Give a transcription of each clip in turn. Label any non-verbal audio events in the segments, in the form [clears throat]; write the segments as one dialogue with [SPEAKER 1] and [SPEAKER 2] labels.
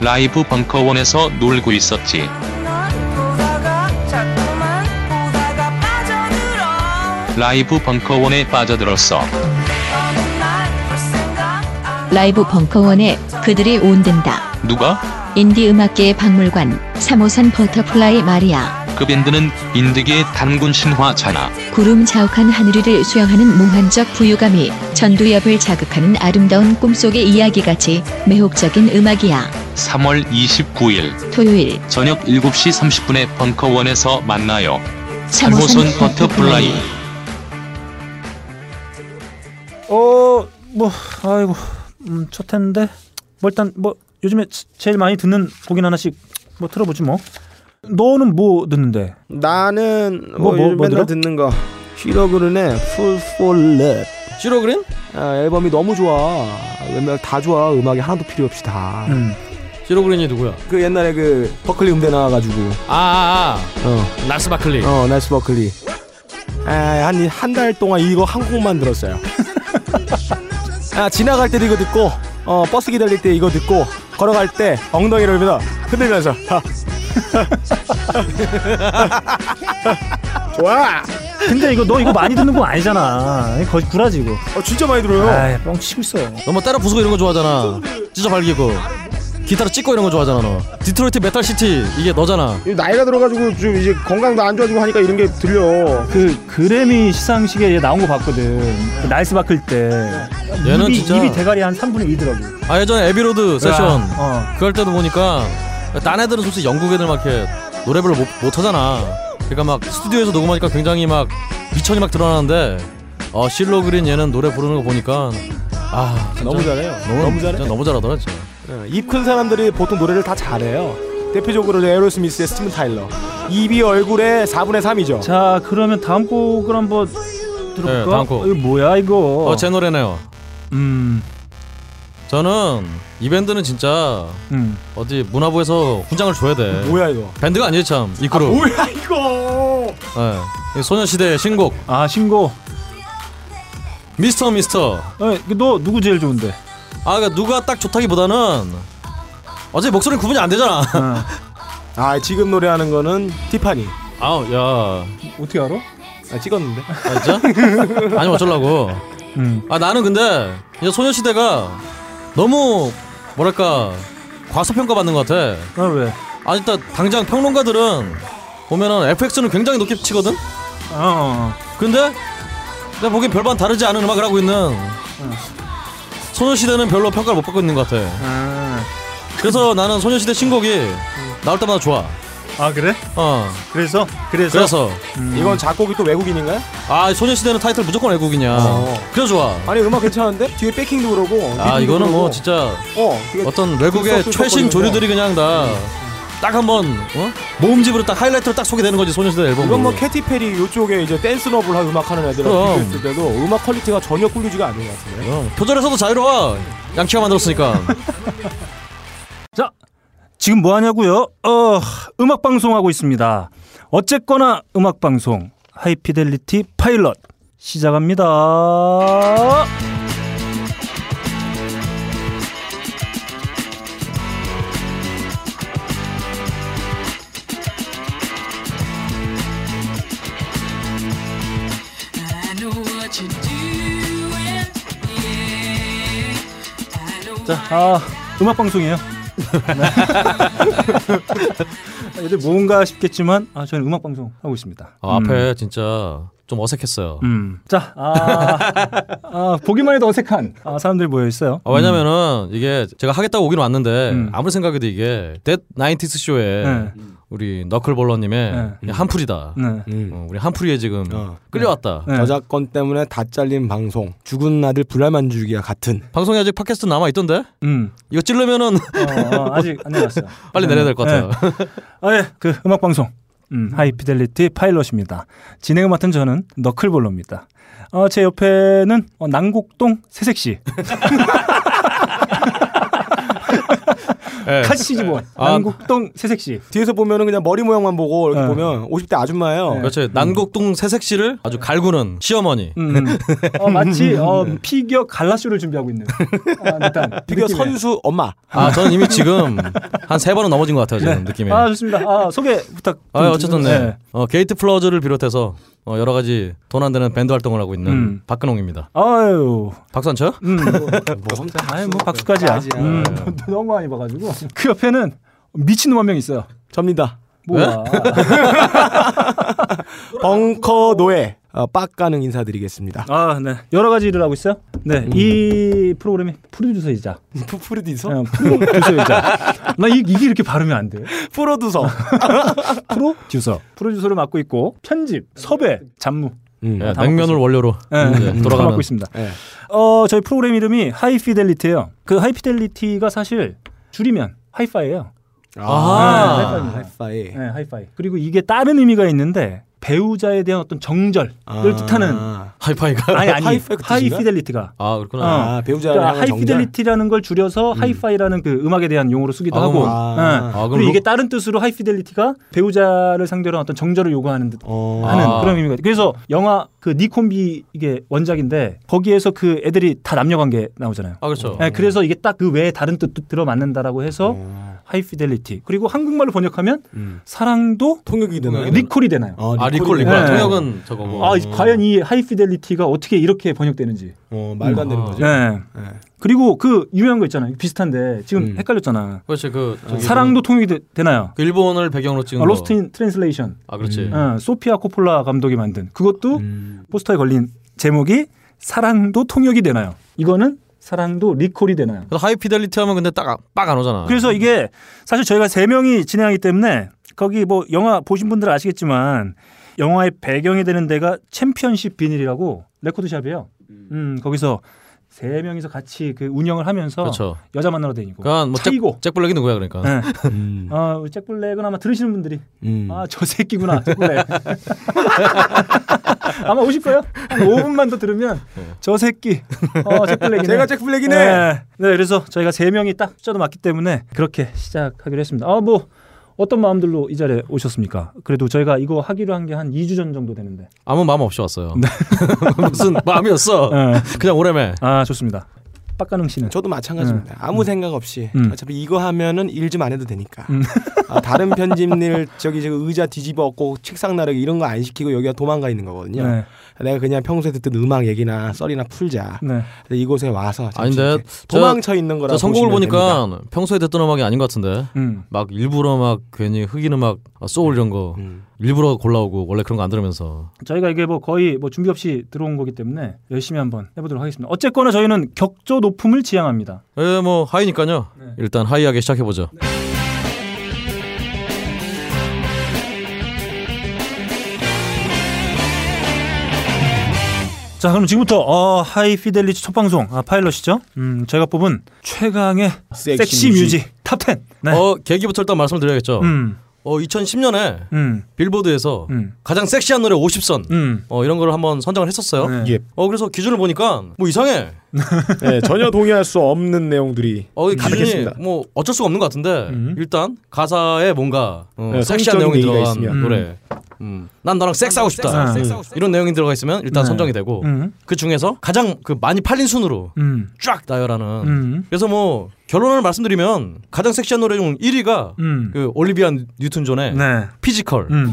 [SPEAKER 1] 라이브 벙커원에서 놀고 있었지.
[SPEAKER 2] 넌 보다가 자꾸만 보다가 빠져들어
[SPEAKER 1] 라이브 벙커원에 빠져들었어.
[SPEAKER 2] 어느 날볼 생각 안
[SPEAKER 3] 라이브 벙커원에 그들이 온댄다.
[SPEAKER 1] 누가?
[SPEAKER 3] 인디 음악계의 박물관 3호선 버터플라이 마리아
[SPEAKER 1] 그 밴드는 인디계의 단군 신화잖아.
[SPEAKER 3] 구름 자욱한 하늘이를 수영하는 몽환적 부유감이 전두엽을 자극하는 아름다운 꿈속의 이야기같이 매혹적인 음악이야.
[SPEAKER 1] 3월 29일
[SPEAKER 3] 토요일
[SPEAKER 1] 저녁 7시 30분에 벙커원에서 만나요.
[SPEAKER 3] 3호선
[SPEAKER 1] 삼호선 버터플라이.
[SPEAKER 3] 버터플라이
[SPEAKER 4] 어, 뭐, 아이고, 음, 첫 했는데, 뭐 일단 뭐 요즘에 제- 제일 많이 듣는 곡인 하나씩 뭐 틀어보지 뭐. 너는 뭐 듣는데?
[SPEAKER 5] 나는
[SPEAKER 4] 뭐,
[SPEAKER 5] 뭐,
[SPEAKER 4] 뭐,
[SPEAKER 5] 요즘
[SPEAKER 4] 뭐 들어?
[SPEAKER 5] 맨날 듣는 거 휘러그른의 Full for Love
[SPEAKER 6] 슈로그린?
[SPEAKER 5] 아, 앨범이 너무 좋아 웬만 다 좋아 음악이 하나도 필요 없이 다 그
[SPEAKER 4] 음,
[SPEAKER 6] 슈로그린이 누구야?
[SPEAKER 5] 옛날에 그 버클리 음대 나와가지고
[SPEAKER 6] 아, 아,
[SPEAKER 5] 어,
[SPEAKER 6] 아 날스 바클리.
[SPEAKER 5] 어 나이스 버클리 아한한 달 동안 이거 한
[SPEAKER 4] [laughs]
[SPEAKER 5] 곡만 들었어요 아 지나갈 때도 이거 듣고 어 버스 기다릴 때 이거 듣고 걸어갈 때 엉덩이를 흘면서 흔들면서 하. 좋아
[SPEAKER 4] 근데 이거 너 이거 많이 듣는 거 아니잖아. 이거 거의 구라지 이거.
[SPEAKER 5] 어 진짜 많이 들어요
[SPEAKER 4] 아, 뻥 치고 있어요.
[SPEAKER 6] 너 뭐 따라 부수고 이런 거 좋아하잖아. 찢어 발기고 기타로 찍고 이런 거 좋아하잖아 너. 디트로이트 메탈 시티 이게 너잖아.
[SPEAKER 7] 이 나이가 들어가지고 좀 이제 건강도 안 좋아지고 하니까 이런 게 들려.
[SPEAKER 4] 그 그래미 시상식에 얘 나온 거 봤거든. 그 날스 바클 때.
[SPEAKER 6] 얘는
[SPEAKER 4] 입이,
[SPEAKER 6] 진짜-
[SPEAKER 4] 입이 대가리 한 3분의 2더라고.
[SPEAKER 6] 아 예전에 에비로드 세션
[SPEAKER 4] 어.
[SPEAKER 6] 그럴 때도 보니까 딴 애들은 솔직히 영국 애들 막 이렇게 노래 별로 못, 못 하잖아. 그러니까 막 스튜디오에서 녹음하니까 굉장히 막 미천이 막 드러나는데 어 실로그린 얘는 노래 부르는 거 보니까 아 진짜
[SPEAKER 5] 너무 잘해요
[SPEAKER 6] 너무, 잘해. 진짜 너무 잘하더라 진짜.
[SPEAKER 5] 입 큰 사람들이 보통 노래를 다 잘해요. 대표적으로 에로스미스의 스티븐 타일러. 입이 얼굴의 4분의 3이죠.
[SPEAKER 4] 자, 그러면 다음 곡을 한번 들어볼까?
[SPEAKER 6] 네, 다음 곡.
[SPEAKER 4] 어, 이거 뭐야 이거?
[SPEAKER 6] 어 제 노래네요.
[SPEAKER 4] 음,
[SPEAKER 6] 저는 이 밴드는 진짜
[SPEAKER 4] 음.
[SPEAKER 6] 어디 문화부에서 훈장을 줘야 돼.
[SPEAKER 5] 뭐야 이거?
[SPEAKER 6] 밴드가 아니지 참. 이 그룹.
[SPEAKER 5] 뭐야 이거?
[SPEAKER 6] 예. 이 소녀시대의 신곡
[SPEAKER 4] 아 신고.
[SPEAKER 6] 미스터 미스터.
[SPEAKER 4] 어, 이거 너 누구 제일 좋은데?
[SPEAKER 6] 아 그러니까 누가 딱 좋다기보다는 어차피 목소리 구분이 안 되잖아. [laughs]
[SPEAKER 4] 어.
[SPEAKER 5] 아 지금 노래하는 거는 티파니.
[SPEAKER 6] 아우 야.
[SPEAKER 4] 어떻게 알아?
[SPEAKER 5] 아, 찍었는데.
[SPEAKER 6] 아, 진짜? 아니 어쩌려고.
[SPEAKER 4] 음.
[SPEAKER 6] 아 나는 근데 이 소녀시대가 너무 뭐랄까 과소평가 받는 것 같아.
[SPEAKER 4] 아 왜?
[SPEAKER 6] 아 일단 당장 평론가들은 보면은 FX는 굉장히 높게 치거든.
[SPEAKER 4] 어, 어.
[SPEAKER 6] 근데 내가 보기엔 별반 다르지 않은 음악을 하고 있는 소녀시대는 별로 평가를 못 받고 있는 것 같아.
[SPEAKER 4] 아,
[SPEAKER 6] 그래서 나는 소녀시대 신곡이 나올 때마다 좋아.
[SPEAKER 4] 아 그래?
[SPEAKER 6] 어.
[SPEAKER 4] 그래서 그래서
[SPEAKER 6] 그래서
[SPEAKER 5] 이건 작곡이 또 외국인인가요?
[SPEAKER 6] 아 소녀시대는 타이틀 무조건 외국이냐.
[SPEAKER 5] 어.
[SPEAKER 6] 그래서 좋아.
[SPEAKER 5] 아니 음악 괜찮은데 뒤에 백킹도 그러고.
[SPEAKER 6] 아
[SPEAKER 5] 리듬도
[SPEAKER 6] 이거는 뭐
[SPEAKER 5] 그러고.
[SPEAKER 6] 진짜
[SPEAKER 5] 어. 되게
[SPEAKER 6] 어떤 외국의
[SPEAKER 5] 들썩들썩
[SPEAKER 6] 최신
[SPEAKER 5] 거리면서.
[SPEAKER 6] 조류들이 그냥
[SPEAKER 5] 음.
[SPEAKER 6] 다 딱 한번 어? 모음집으로 딱 하이라이트로 딱 소개되는 거지 소녀시대 앨범.
[SPEAKER 5] 이건 뭐 캐티 페리 요쪽에 이제 댄스 너블 하 음악하는 애들하고
[SPEAKER 6] 그럼.
[SPEAKER 5] 비교했을 때도 음악 퀄리티가 전혀 꿀리지가 않은 것 같은데.
[SPEAKER 6] 표절에서도 자유로워.
[SPEAKER 5] [laughs]
[SPEAKER 6] 양키가 만들었으니까.
[SPEAKER 4] 지금 뭐 하냐고요? 어, 음악 방송하고 있습니다. 어쨌거나 음악 방송 하이피델리티 파일럿 시작합니다.
[SPEAKER 2] I know what you're doing yeah I know
[SPEAKER 4] 자, 아, 음악 방송이에요. 네. 얘들 뭔가 싶겠지만 아, 저는 음악 방송 하고 있습니다.
[SPEAKER 6] 아,
[SPEAKER 4] 음.
[SPEAKER 6] 앞에 진짜 좀 어색했어요.
[SPEAKER 4] 음. 자, 아, [laughs] 아, 보기만 해도 어색한 아, 사람들이 모여 있어요.
[SPEAKER 6] 아, 왜냐면은 이게 제가 하겠다고 오긴 왔는데
[SPEAKER 4] 음.
[SPEAKER 6] 아무리 생각해도 이게 데드 나인티스 쇼에
[SPEAKER 4] 네.
[SPEAKER 6] 우리 너클볼러님의
[SPEAKER 4] 네.
[SPEAKER 6] 그냥 한풀이다.
[SPEAKER 4] 네.
[SPEAKER 6] 어, 우리 한풀이에 지금
[SPEAKER 5] 어.
[SPEAKER 6] 끌려왔다.
[SPEAKER 4] 네.
[SPEAKER 5] 저작권 때문에 다 잘린 방송 죽은 아들 불알만 주기와 같은
[SPEAKER 6] 방송에 아직 팟캐스트 남아 있던데
[SPEAKER 4] 음.
[SPEAKER 6] 이거 찌르면은 [laughs]
[SPEAKER 4] 어, 어, 아직 안 내려왔어요.
[SPEAKER 6] 빨리 내려야
[SPEAKER 4] 네.
[SPEAKER 6] 될 것 같아요.
[SPEAKER 4] 아, 예. 그 음악 방송. 음, 하이피델리티 파일럿입니다. 진행을 맡은 저는 너클볼러입니다. 어, 제 옆에는 어, [laughs] 난곡동 새색시.
[SPEAKER 6] 예.
[SPEAKER 4] 카시지본
[SPEAKER 6] 아.
[SPEAKER 4] 남국동 새색시
[SPEAKER 5] 뒤에서 보면은 그냥 머리 모양만 보고 이렇게
[SPEAKER 4] 네.
[SPEAKER 5] 보면 50대 아줌마예요.
[SPEAKER 6] 그렇죠. 난곡동 새색시를 아주 갈구는 시어머니.
[SPEAKER 4] 음. [laughs] 어, 마치 어, 피겨 갈라쇼를 준비하고 있는 아, 듯한
[SPEAKER 5] 피겨
[SPEAKER 4] 느낌의.
[SPEAKER 5] 선수 엄마.
[SPEAKER 6] 아, 저는 이미 지금 한 세 번은 넘어진 것 같아요, 지금 느낌이.
[SPEAKER 4] 아
[SPEAKER 6] 아,
[SPEAKER 4] 좋습니다 아 소개 부탁
[SPEAKER 6] 어쨌든 네. 어, 게이트 플러즈를 비롯해서 어, 여러 가지 돈 안 되는 밴드 활동을 하고 있는
[SPEAKER 4] 음.
[SPEAKER 6] 박근홍입니다.
[SPEAKER 4] 아유
[SPEAKER 6] 박수 안 쳐요?
[SPEAKER 4] 음, 뭐,
[SPEAKER 5] 뭐 혼자
[SPEAKER 4] 아유 뭐 박수까지야
[SPEAKER 5] 박수까지야.
[SPEAKER 4] 음, [laughs] 너무 많이 봐가지고 그 옆에는 미친놈 한 명 있어요
[SPEAKER 5] 접니다.
[SPEAKER 4] 뭐야
[SPEAKER 5] 벙커 노예 어, 빡가능 인사드리겠습니다.
[SPEAKER 4] [laughs] 아네 여러 가지 일을 하고 있어요 네 이 프로그램의 프로듀서이자
[SPEAKER 5] 프로듀서?
[SPEAKER 4] 그냥 프로듀서이자 나 이, 이게 이렇게 발음이 안 돼.
[SPEAKER 5] 프로듀서.
[SPEAKER 4] 네. 프로듀서 프로듀서를 맡고 있고 편집 섭외 잡무
[SPEAKER 5] 음.
[SPEAKER 6] 예, 냉면을 원료로
[SPEAKER 4] 예,
[SPEAKER 6] 이제
[SPEAKER 4] 다
[SPEAKER 6] 돌아가는.
[SPEAKER 4] 맡고 있습니다.
[SPEAKER 5] 예.
[SPEAKER 4] 어, 저희 프로그램 이름이 하이피델리티예요. 그 하이피델리티가 사실 줄이면 하이파이예요.
[SPEAKER 6] 아.
[SPEAKER 4] 네,
[SPEAKER 5] 하이파이.
[SPEAKER 4] 네, 하이파이. 그리고 이게 다른 의미가 있는데 배우자에 대한 어떤 정절을
[SPEAKER 6] 아.
[SPEAKER 4] 뜻하는
[SPEAKER 6] 하이파이가.
[SPEAKER 4] 아니 아니
[SPEAKER 5] 아. 하이파이가 뜻인가?
[SPEAKER 4] 하이피델리티가
[SPEAKER 6] 아, 그렇구나.
[SPEAKER 5] 아, 배우자
[SPEAKER 4] 그러니까
[SPEAKER 5] 향한 정절.
[SPEAKER 4] 하이피델리티라는 걸 줄여서 하이파이라는 그 음악에 대한 용어로 쓰기도
[SPEAKER 6] 음. 아,
[SPEAKER 4] 하고.
[SPEAKER 6] 그럼-
[SPEAKER 5] 아.
[SPEAKER 4] 예.
[SPEAKER 6] 아, 그럼
[SPEAKER 4] 그리고 이게
[SPEAKER 6] 로-
[SPEAKER 4] 다른 뜻으로 하이피델리티가 배우자를 상대로 한 어떤 정절을 요구하는 듯
[SPEAKER 5] 어.
[SPEAKER 4] 하는
[SPEAKER 6] 아.
[SPEAKER 4] 그런 의미가 있- 그래서 영화 그 니콤비 이게 원작인데 거기에서 그 애들이 다 남녀 관계 나오잖아요.
[SPEAKER 6] 아, 그렇죠.
[SPEAKER 4] 네, 그래서 이게 딱 그 외에 다른 뜻도 들어맞는다라고 해서 하이피델리티 그리고 한국말로 번역하면
[SPEAKER 5] 음.
[SPEAKER 4] 사랑도
[SPEAKER 5] 통역이 되나요?
[SPEAKER 4] 리콜이 되나요?
[SPEAKER 5] 어,
[SPEAKER 6] 아, 리콜
[SPEAKER 5] 리콜이
[SPEAKER 6] 리콜.
[SPEAKER 4] 네.
[SPEAKER 6] 통역은 저거고. 뭐
[SPEAKER 4] 아, 이- 과연 이 하이피델리티가 어떻게 이렇게 번역되는지.
[SPEAKER 5] 어, 말도 안 되는 거지.
[SPEAKER 4] 네.
[SPEAKER 5] 네.
[SPEAKER 4] 그리고 그 유명한 거 있잖아요. 비슷한데 지금
[SPEAKER 5] 음.
[SPEAKER 4] 헷갈렸잖아.
[SPEAKER 6] 그렇지 그 저기
[SPEAKER 4] 사랑도 통역이 되, 나요 아,
[SPEAKER 6] 그 일본을 배경으로 찍은
[SPEAKER 4] 로스트
[SPEAKER 6] 거.
[SPEAKER 4] 인 트랜슬레이션.
[SPEAKER 6] 아, 그렇지.
[SPEAKER 5] 음.
[SPEAKER 4] 어, 소피아 코폴라 감독이 만든 그것도
[SPEAKER 5] 음.
[SPEAKER 4] 포스터에 걸린 제목이 사랑도 통역이 되나요? 이거는 사랑도 리콜이 되나요?
[SPEAKER 6] 그래서 하이피델리티 하면 근데 딱빡안 오잖아.
[SPEAKER 4] 그래서 이게 사실 저희가 세 명이 진행하기 때문에 거기 뭐 영화 보신 분들은 아시겠지만 영화의 배경이 되는 데가 챔피언십 비닐이라고 레코드샵이에요. 음 거기서 세 명이서 같이 그 운영을 하면서
[SPEAKER 6] 그렇죠.
[SPEAKER 4] 여자 만나러 다니고
[SPEAKER 6] 그러니까 뭐
[SPEAKER 4] 차이고.
[SPEAKER 6] 잭, 잭블랙이 누구야 그러니까.
[SPEAKER 4] 네.
[SPEAKER 5] 음.
[SPEAKER 4] 어, 잭블랙은 아마 들으시는 분들이
[SPEAKER 5] 음.
[SPEAKER 4] 아 저 새끼구나 잭블랙 [laughs] 아마 오실 거예요 한 5분만 더 들으면 저 새끼 어 잭블랙이네
[SPEAKER 5] 네. 제가 잭 블랙이네.
[SPEAKER 4] 네. 네, 그래서 저희가 세 명이 딱 숫자도 맞기 때문에 그렇게 시작하기로 했습니다. 아, 뭐 어떤 마음들로 이 자리에 오셨습니까? 그래도 저희가 이거 하기로 한 게 한 2주 전 정도 되는데.
[SPEAKER 6] 아무 마음 없이 왔어요. 무슨 마음이었어.
[SPEAKER 4] 네.
[SPEAKER 6] 그냥 오래매.
[SPEAKER 4] 아, 좋습니다. 빡가능 씨는
[SPEAKER 5] 저도 마찬가지입니다. 아무 생각 없이
[SPEAKER 4] 음.
[SPEAKER 5] 어차피 이거 하면은 일 좀 안 해도 되니까. 아, 다른 편집일 저기 저기 의자 뒤집어 엎고 책상 나르기 이런 거 안 시키고 여기가 도망가 있는 거거든요.
[SPEAKER 4] 네.
[SPEAKER 5] 내가 그냥 평소에 듣던 음악 얘기나 썰이나 풀자.
[SPEAKER 4] 네.
[SPEAKER 5] 근데 이곳에 와서 잠시
[SPEAKER 6] 아닌데,
[SPEAKER 5] 이렇게
[SPEAKER 6] 저-
[SPEAKER 5] 도망쳐 있는 거라
[SPEAKER 6] 저 선곡을 보니까 평소에 듣던 음악이 아닌 것 같은데.
[SPEAKER 4] 음.
[SPEAKER 6] 막 일부러 막 괜히 흑인 음악, 아, 소울 이런 거
[SPEAKER 4] 음.
[SPEAKER 6] 일부러 골라오고 원래 그런 거 안 들으면서.
[SPEAKER 4] 저희가 이게 뭐 거의 뭐 준비 없이 들어온 거기 때문에 열심히 한번 해 보도록 하겠습니다. 어쨌거나 저희는 격조 높음을 지향합니다.
[SPEAKER 6] 예, 뭐 하이니까요.
[SPEAKER 4] 네.
[SPEAKER 6] 일단 하이하게 시작해 보죠.
[SPEAKER 4] 자, 그럼 지금부터 어, 하이 피델리티 첫 방송 아, 파일럿이죠? 음, 저희가 뽑은 최강의 섹시, 뮤직 탑10. 네.
[SPEAKER 6] 어 계기부터 일단 말씀드려야겠죠.
[SPEAKER 4] 음.
[SPEAKER 6] 어 2010년에
[SPEAKER 4] 음.
[SPEAKER 6] 빌보드에서
[SPEAKER 4] 음.
[SPEAKER 6] 가장 섹시한 노래 50선.
[SPEAKER 4] 음.
[SPEAKER 6] 어 이런 걸 한번 선정을 했었어요.
[SPEAKER 4] 네.
[SPEAKER 6] 어 그래서 기준을 보니까 뭐 이상해.
[SPEAKER 7] 네, 전혀 동의할 수 없는 내용들이
[SPEAKER 6] 어 이게 기준이
[SPEAKER 7] 가득했습니다.
[SPEAKER 6] 뭐 어쩔 수가 없는 것 같은데
[SPEAKER 4] 음.
[SPEAKER 6] 일단 가사에 뭔가 어,
[SPEAKER 7] 네,
[SPEAKER 6] 섹시한
[SPEAKER 7] 성적인
[SPEAKER 6] 내용이
[SPEAKER 7] 얘기가
[SPEAKER 6] 들어간
[SPEAKER 7] 있으면.
[SPEAKER 6] 노래. 음. 난 너랑 섹스하고 싶다.
[SPEAKER 4] 아.
[SPEAKER 6] 이런 내용이 들어가 있으면 일단
[SPEAKER 4] 네.
[SPEAKER 6] 선정이 되고
[SPEAKER 4] 음.
[SPEAKER 6] 그 중에서 가장 그 많이 팔린 순으로
[SPEAKER 4] 음.
[SPEAKER 6] 쫙 나열하는.
[SPEAKER 4] 음.
[SPEAKER 6] 그래서 뭐 결론을 말씀드리면 가장 섹시한 노래 중 1위가
[SPEAKER 4] 음.
[SPEAKER 6] 그 올리비아 뉴튼 존의
[SPEAKER 4] 네.
[SPEAKER 6] 피지컬.
[SPEAKER 4] 음.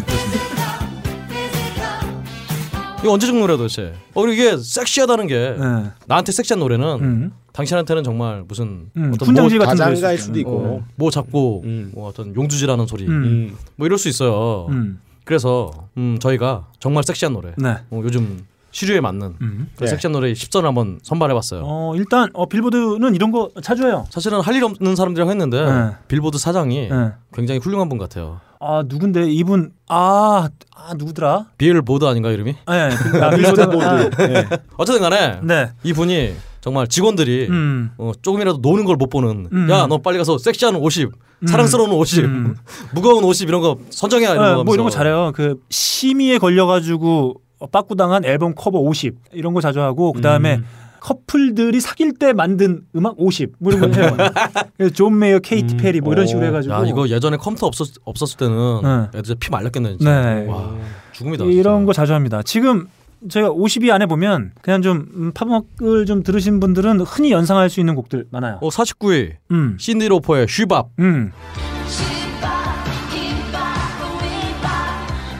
[SPEAKER 6] 이거 언제적 노래야 도대체? 어 그리고 이게 섹시하다는 게
[SPEAKER 4] 네.
[SPEAKER 6] 나한테 섹시한 노래는
[SPEAKER 4] 음.
[SPEAKER 6] 당신한테는 정말 무슨
[SPEAKER 4] 음.
[SPEAKER 6] 어떤 뭐,
[SPEAKER 4] 훈장질 같은
[SPEAKER 7] 가장가일
[SPEAKER 4] 있잖아요.
[SPEAKER 7] 수도 있고.
[SPEAKER 6] 어, 뭐 잡고
[SPEAKER 5] 음.
[SPEAKER 6] 뭐 어떤 용두지라는 소리
[SPEAKER 4] 음.
[SPEAKER 5] 음.
[SPEAKER 6] 뭐 이럴 수 있어요.
[SPEAKER 4] 음.
[SPEAKER 6] 그래서 음, 저희가 정말 섹시한 노래
[SPEAKER 4] 네.
[SPEAKER 6] 어, 요즘 시류에 맞는
[SPEAKER 4] 음.
[SPEAKER 6] 그
[SPEAKER 7] 네.
[SPEAKER 6] 섹시한 노래 10선을 한번 선발해봤어요.
[SPEAKER 4] 어, 일단 어, 빌보드는 이런 거 자주 해요.
[SPEAKER 6] 사실은 할 일 없는 사람들이랑 했는데
[SPEAKER 4] 네.
[SPEAKER 6] 빌보드 사장이
[SPEAKER 4] 네.
[SPEAKER 6] 굉장히 훌륭한 분 같아요.
[SPEAKER 4] 아, 누군데 이분 아, 아 누구더라?
[SPEAKER 6] 빌보드 아닌가 이름이?
[SPEAKER 4] 예.
[SPEAKER 6] [laughs]
[SPEAKER 4] 네. 아, 빌보드. 아,
[SPEAKER 5] 네,
[SPEAKER 6] 어쨌든 간에
[SPEAKER 4] 네.
[SPEAKER 6] 이분이 정말 직원들이
[SPEAKER 4] 음.
[SPEAKER 6] 어, 조금이라도 노는 걸 못 보는
[SPEAKER 4] 음.
[SPEAKER 6] 야 너 빨리 가서 섹시한 50 사랑스러운 50
[SPEAKER 4] 음.
[SPEAKER 6] [laughs] 무거운 50 이런 거 선정해야 아, 이런
[SPEAKER 4] 네,
[SPEAKER 6] 거
[SPEAKER 4] 뭐 이런 거
[SPEAKER 6] 하면서.
[SPEAKER 4] 잘해요. 그 어, 심의에 걸려 가지고 빠꾸 당한 앨범 커버 50 이런 거 자주 하고 그다음에 커플들이 사귈 때 만든 음악 50. 뭐 이런 거 해요.
[SPEAKER 6] [laughs]
[SPEAKER 4] 그래서 존 메이어, 케이티 페리 뭐 이런 식으로 해가지고.
[SPEAKER 6] 음. 야 이거 예전에 컴퓨터 없었, 없었을 때는
[SPEAKER 4] 네.
[SPEAKER 6] 애들 진짜 피 말렸겠네 진짜.
[SPEAKER 4] 네.
[SPEAKER 6] 와 죽음이다.
[SPEAKER 4] 이런
[SPEAKER 6] 진짜.
[SPEAKER 4] 거 자주 합니다. 지금 저희가 50위 안에 보면 그냥 좀 음, 팝음악을 좀 들으신 분들은 흔히 연상할 수 있는 곡들 많아요.
[SPEAKER 6] 어 49위
[SPEAKER 4] 음.
[SPEAKER 6] 신디 로퍼의 쉬밥.
[SPEAKER 4] 음.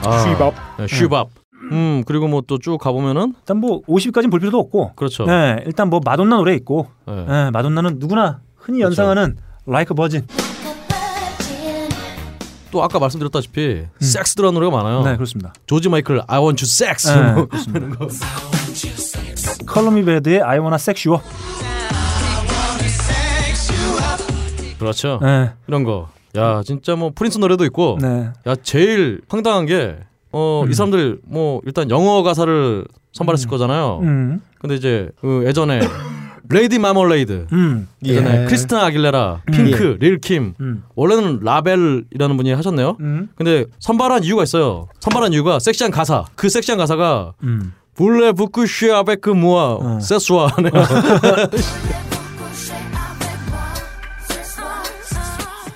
[SPEAKER 6] 아,
[SPEAKER 7] 쉬밥.
[SPEAKER 6] 네, 쉬밥. 음 그리고 뭐 또 쭉 가보면은
[SPEAKER 4] 일단 뭐 50위까지는 볼 필요도 없고.
[SPEAKER 6] 그렇죠.
[SPEAKER 4] 네, 일단 뭐 마돈나 노래 있고.
[SPEAKER 6] 네. 그렇죠.
[SPEAKER 4] 네, 마돈나는 누구나 흔히 연상하는 라이크 버진.
[SPEAKER 6] 또 아까 말씀드렸다시피 섹스 들어간 노래가 많아요.
[SPEAKER 4] 음. 네, 그렇습니다.
[SPEAKER 6] 조지 마이클 I Want You Sex. 뭐,
[SPEAKER 4] 네, [laughs] 그렇습니다. 컬러미 베드의 I Wanna Sex You Up.
[SPEAKER 6] 그렇죠.
[SPEAKER 4] 네,
[SPEAKER 6] 이런 거. 야 진짜 뭐 프린스 노래도 있고.
[SPEAKER 4] 네. 음.
[SPEAKER 6] 야 제일 황당한 게 어 이 사람들 뭐 일단 영어 가사를 선발했을 거잖아요.
[SPEAKER 4] 음,
[SPEAKER 6] 근데 이제 그
[SPEAKER 4] [laughs]
[SPEAKER 6] 예전에 레이디 마멀레이드
[SPEAKER 4] 음,
[SPEAKER 6] 예전에
[SPEAKER 5] 예.
[SPEAKER 6] 크리스티나 아길레라, 핑크, 릴킴
[SPEAKER 4] 음,
[SPEAKER 6] 원래는 라벨이라는 분이 하셨네요.
[SPEAKER 4] 음,
[SPEAKER 6] 근데 선발한 이유가 있어요. 선발한 이유가 섹시한 가사. 그 섹시한 가사가
[SPEAKER 4] 음.
[SPEAKER 6] 블레 부쿠시 아베크 그 무아 세수아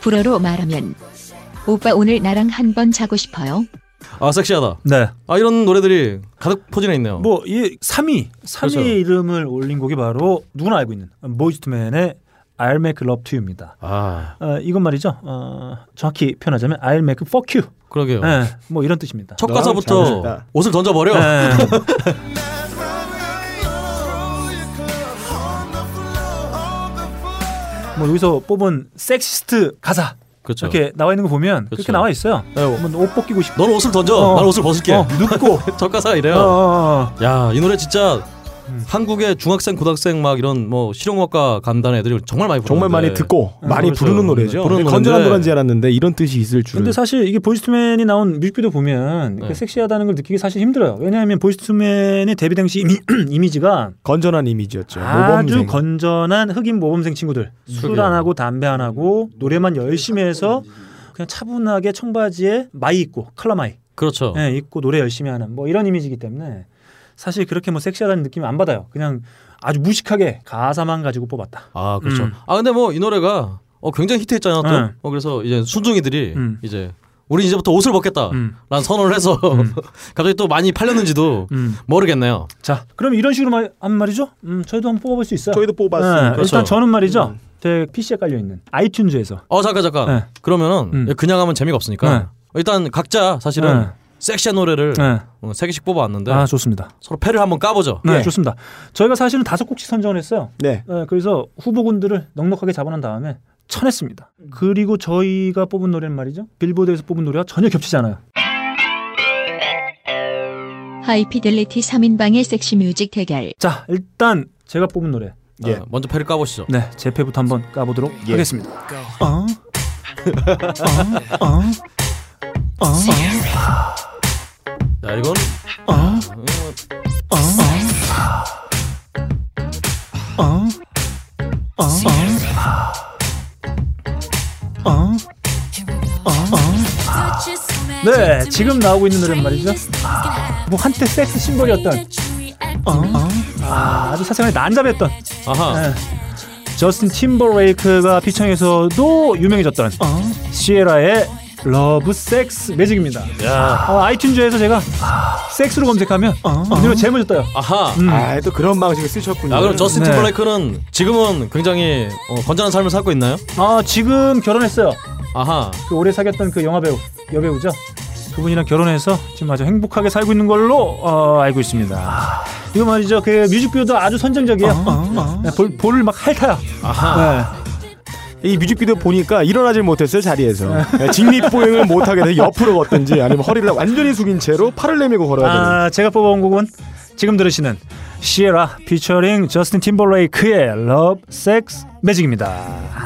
[SPEAKER 3] 불어로 말하면 오빠 오늘 나랑 한 번 자고 싶어요.
[SPEAKER 6] 아 섹시하다.
[SPEAKER 4] 네.
[SPEAKER 6] 아 이런 노래들이 가득 포진해 있네요.
[SPEAKER 4] 뭐 이 3위, 3위의
[SPEAKER 6] 그렇죠.
[SPEAKER 4] 이름을 올린 곡이 바로 누구나 알고 있는 보이즈투맨의 I'll Make Love to You입니다.
[SPEAKER 6] 아
[SPEAKER 4] 어, 이건 말이죠. 어, 정확히 표현하자면 I'll Make Fuck You.
[SPEAKER 6] 그러게요.
[SPEAKER 4] 예, 뭐 이런 뜻입니다.
[SPEAKER 6] 첫
[SPEAKER 5] 너
[SPEAKER 6] 가사부터
[SPEAKER 5] 잘한다.
[SPEAKER 6] 옷을 던져버려.
[SPEAKER 4] 예. 뭐 여기서 뽑은 섹시스트 가사
[SPEAKER 6] 그렇죠.
[SPEAKER 4] 이렇게 나와 있는 거 보면 그렇게
[SPEAKER 6] 그렇죠.
[SPEAKER 4] 나와 있어요.
[SPEAKER 6] 네, 뭐.
[SPEAKER 4] 한번 옷 벗기고 싶.
[SPEAKER 6] 넌 옷을 던져.
[SPEAKER 4] 어.
[SPEAKER 6] 난 옷을 벗을게.
[SPEAKER 4] 어,
[SPEAKER 6] [laughs]
[SPEAKER 4] 눕고.
[SPEAKER 6] 첫 가사
[SPEAKER 4] 어,
[SPEAKER 6] 이래요.
[SPEAKER 4] 어, 어.
[SPEAKER 6] 야 이 노래 진짜 한국의 중학생 고등학생 막 이런 뭐 실용음악과 간단한 애들이 정말 많이 부르는데
[SPEAKER 5] 정말 많이 듣고 많이
[SPEAKER 6] 그렇죠.
[SPEAKER 5] 부르는 노래죠.
[SPEAKER 6] 부르는
[SPEAKER 5] 건전한
[SPEAKER 6] 노래인데.
[SPEAKER 5] 노래인지 알았는데 이런 뜻이 있을 줄은.
[SPEAKER 4] 근데 사실 이게 보이스투맨이 나온 뮤직비디오 보면 이렇게
[SPEAKER 6] 네.
[SPEAKER 4] 섹시하다는 걸 느끼기 사실 힘들어요. 왜냐하면 보이스투맨의 데뷔 당시 이미, [clears throat] 이미지가
[SPEAKER 5] 건전한 이미지였죠.
[SPEAKER 4] 아주
[SPEAKER 5] 네, 모범생.
[SPEAKER 4] 건전한 흑인 모범생 친구들 술
[SPEAKER 6] 그러게요.
[SPEAKER 4] 안 하고 담배 안 하고 노래만 열심히 해서 그냥 차분하게 청바지에 마이 입고 컬러 마이
[SPEAKER 6] 그렇죠.
[SPEAKER 4] 예, 입고 노래 열심히 하는 뭐 이런 이미지이기 때문에 사실 그렇게 뭐 섹시하다는 느낌을 안 받아요. 그냥 아주 무식하게 가사만 가지고 뽑았다.
[SPEAKER 6] 아 그렇죠.
[SPEAKER 4] 음.
[SPEAKER 6] 아 근데 뭐 이 노래가 어 굉장히 히트했잖아요. 또.
[SPEAKER 4] 네.
[SPEAKER 6] 어, 그래서 이제 순둥이들이
[SPEAKER 4] 음.
[SPEAKER 6] 이제 우리 이제부터 옷을 벗겠다라는
[SPEAKER 4] 음,
[SPEAKER 6] 선언을 해서 [laughs] 갑자기 또 많이 팔렸는지도
[SPEAKER 4] 음.
[SPEAKER 6] 모르겠네요.
[SPEAKER 4] 자, 그럼 이런 식으로 말, 한 말이죠. 음, 저희도 한번 뽑아볼 수 있어요.
[SPEAKER 5] 저희도
[SPEAKER 4] 예,
[SPEAKER 5] 뽑았으니까.
[SPEAKER 6] 그렇죠.
[SPEAKER 4] 일단 저는 말이죠. 제 PC에 깔려 있는 아이튠즈에서
[SPEAKER 6] 어 잠깐 잠깐.
[SPEAKER 4] 네.
[SPEAKER 6] 그러면은
[SPEAKER 4] 음.
[SPEAKER 6] 그냥 하면 재미가
[SPEAKER 4] 네.
[SPEAKER 6] 없으니까 일단 각자 사실은
[SPEAKER 4] 네.
[SPEAKER 6] 섹시한 노래를
[SPEAKER 4] 네.
[SPEAKER 6] 어, 세 개씩 뽑아왔는데
[SPEAKER 4] 아 좋습니다.
[SPEAKER 6] 서로 패를 한번 까보죠.
[SPEAKER 4] 네,
[SPEAKER 5] 예.
[SPEAKER 4] 좋습니다. 저희가 사실은 다섯 곡씩 선정을 했어요.
[SPEAKER 5] 네.
[SPEAKER 4] 네, 그래서 후보군들을 넉넉하게 잡아낸 다음에 쳐냈습니다.
[SPEAKER 8] 음.
[SPEAKER 4] 그리고 저희가 뽑은 노래는 말이죠. 빌보드에서 뽑은 노래와 전혀 겹치지 않아요.
[SPEAKER 3] 하이피델리티 3인방의 섹시뮤직 대결.
[SPEAKER 4] 자, 일단 제가 뽑은 노래.
[SPEAKER 5] 예.
[SPEAKER 6] 아, 먼저 패를 까보시죠.
[SPEAKER 4] 네, 제 패부터 한번 까보도록
[SPEAKER 5] 예.
[SPEAKER 4] 하겠습니다. 어? 어? 어? 어?
[SPEAKER 6] 야 이건
[SPEAKER 4] 어? 어? 어? 어? 어? 어? 어?
[SPEAKER 8] 네, 지금 나오고 있는 노래는 말이죠.
[SPEAKER 4] 뭐 한때 섹스 심벌이었던
[SPEAKER 8] 뭐였던?
[SPEAKER 4] 어? 어? 아, 아주 사생활이 난잡했던
[SPEAKER 6] 아하.
[SPEAKER 4] 예. 저스틴 팀버레이크가 피처링에서도 유명해졌던
[SPEAKER 6] 어.
[SPEAKER 4] 시에라의 러브 섹스 매직입니다. 아, 아이튠즈에서 제가 섹스로 검색하면
[SPEAKER 6] 어.
[SPEAKER 4] 이 노래 제일 먼저 떠요.
[SPEAKER 6] 아하.
[SPEAKER 5] 아, 또 그런 방식을 쓰셨군요.
[SPEAKER 6] 야 그럼 저스틴
[SPEAKER 4] 네.
[SPEAKER 6] 팀블레이크는 지금은 굉장히 어, 건전한 삶을 살고 있나요?
[SPEAKER 4] 아 지금 결혼했어요.
[SPEAKER 6] 아하.
[SPEAKER 4] 그 오래 사귀었던 그 영화 배우 여배우죠. 그분이랑 결혼해서 지금 아주 행복하게 살고 있는 걸로 어, 알고 있습니다. 이거 말이죠. 그 뮤직비디오도 아주 선정적이에요. 네, 볼, 볼을 막 핥아요.
[SPEAKER 6] 어, 아하.
[SPEAKER 4] 네.
[SPEAKER 5] 이 뮤직비디오 보니까 일어나질 못했어요 자리에서 네, 직립보행을 못하게 돼서 옆으로 걷든지 아니면 허리를 완전히 숙인 채로 팔을 내밀고 걸어야 되는
[SPEAKER 4] 아, 제가 뽑아온 곡은 지금 들으시는 시에라 피처링 저스틴 팀버레이크의 러브 섹스 매직입니다.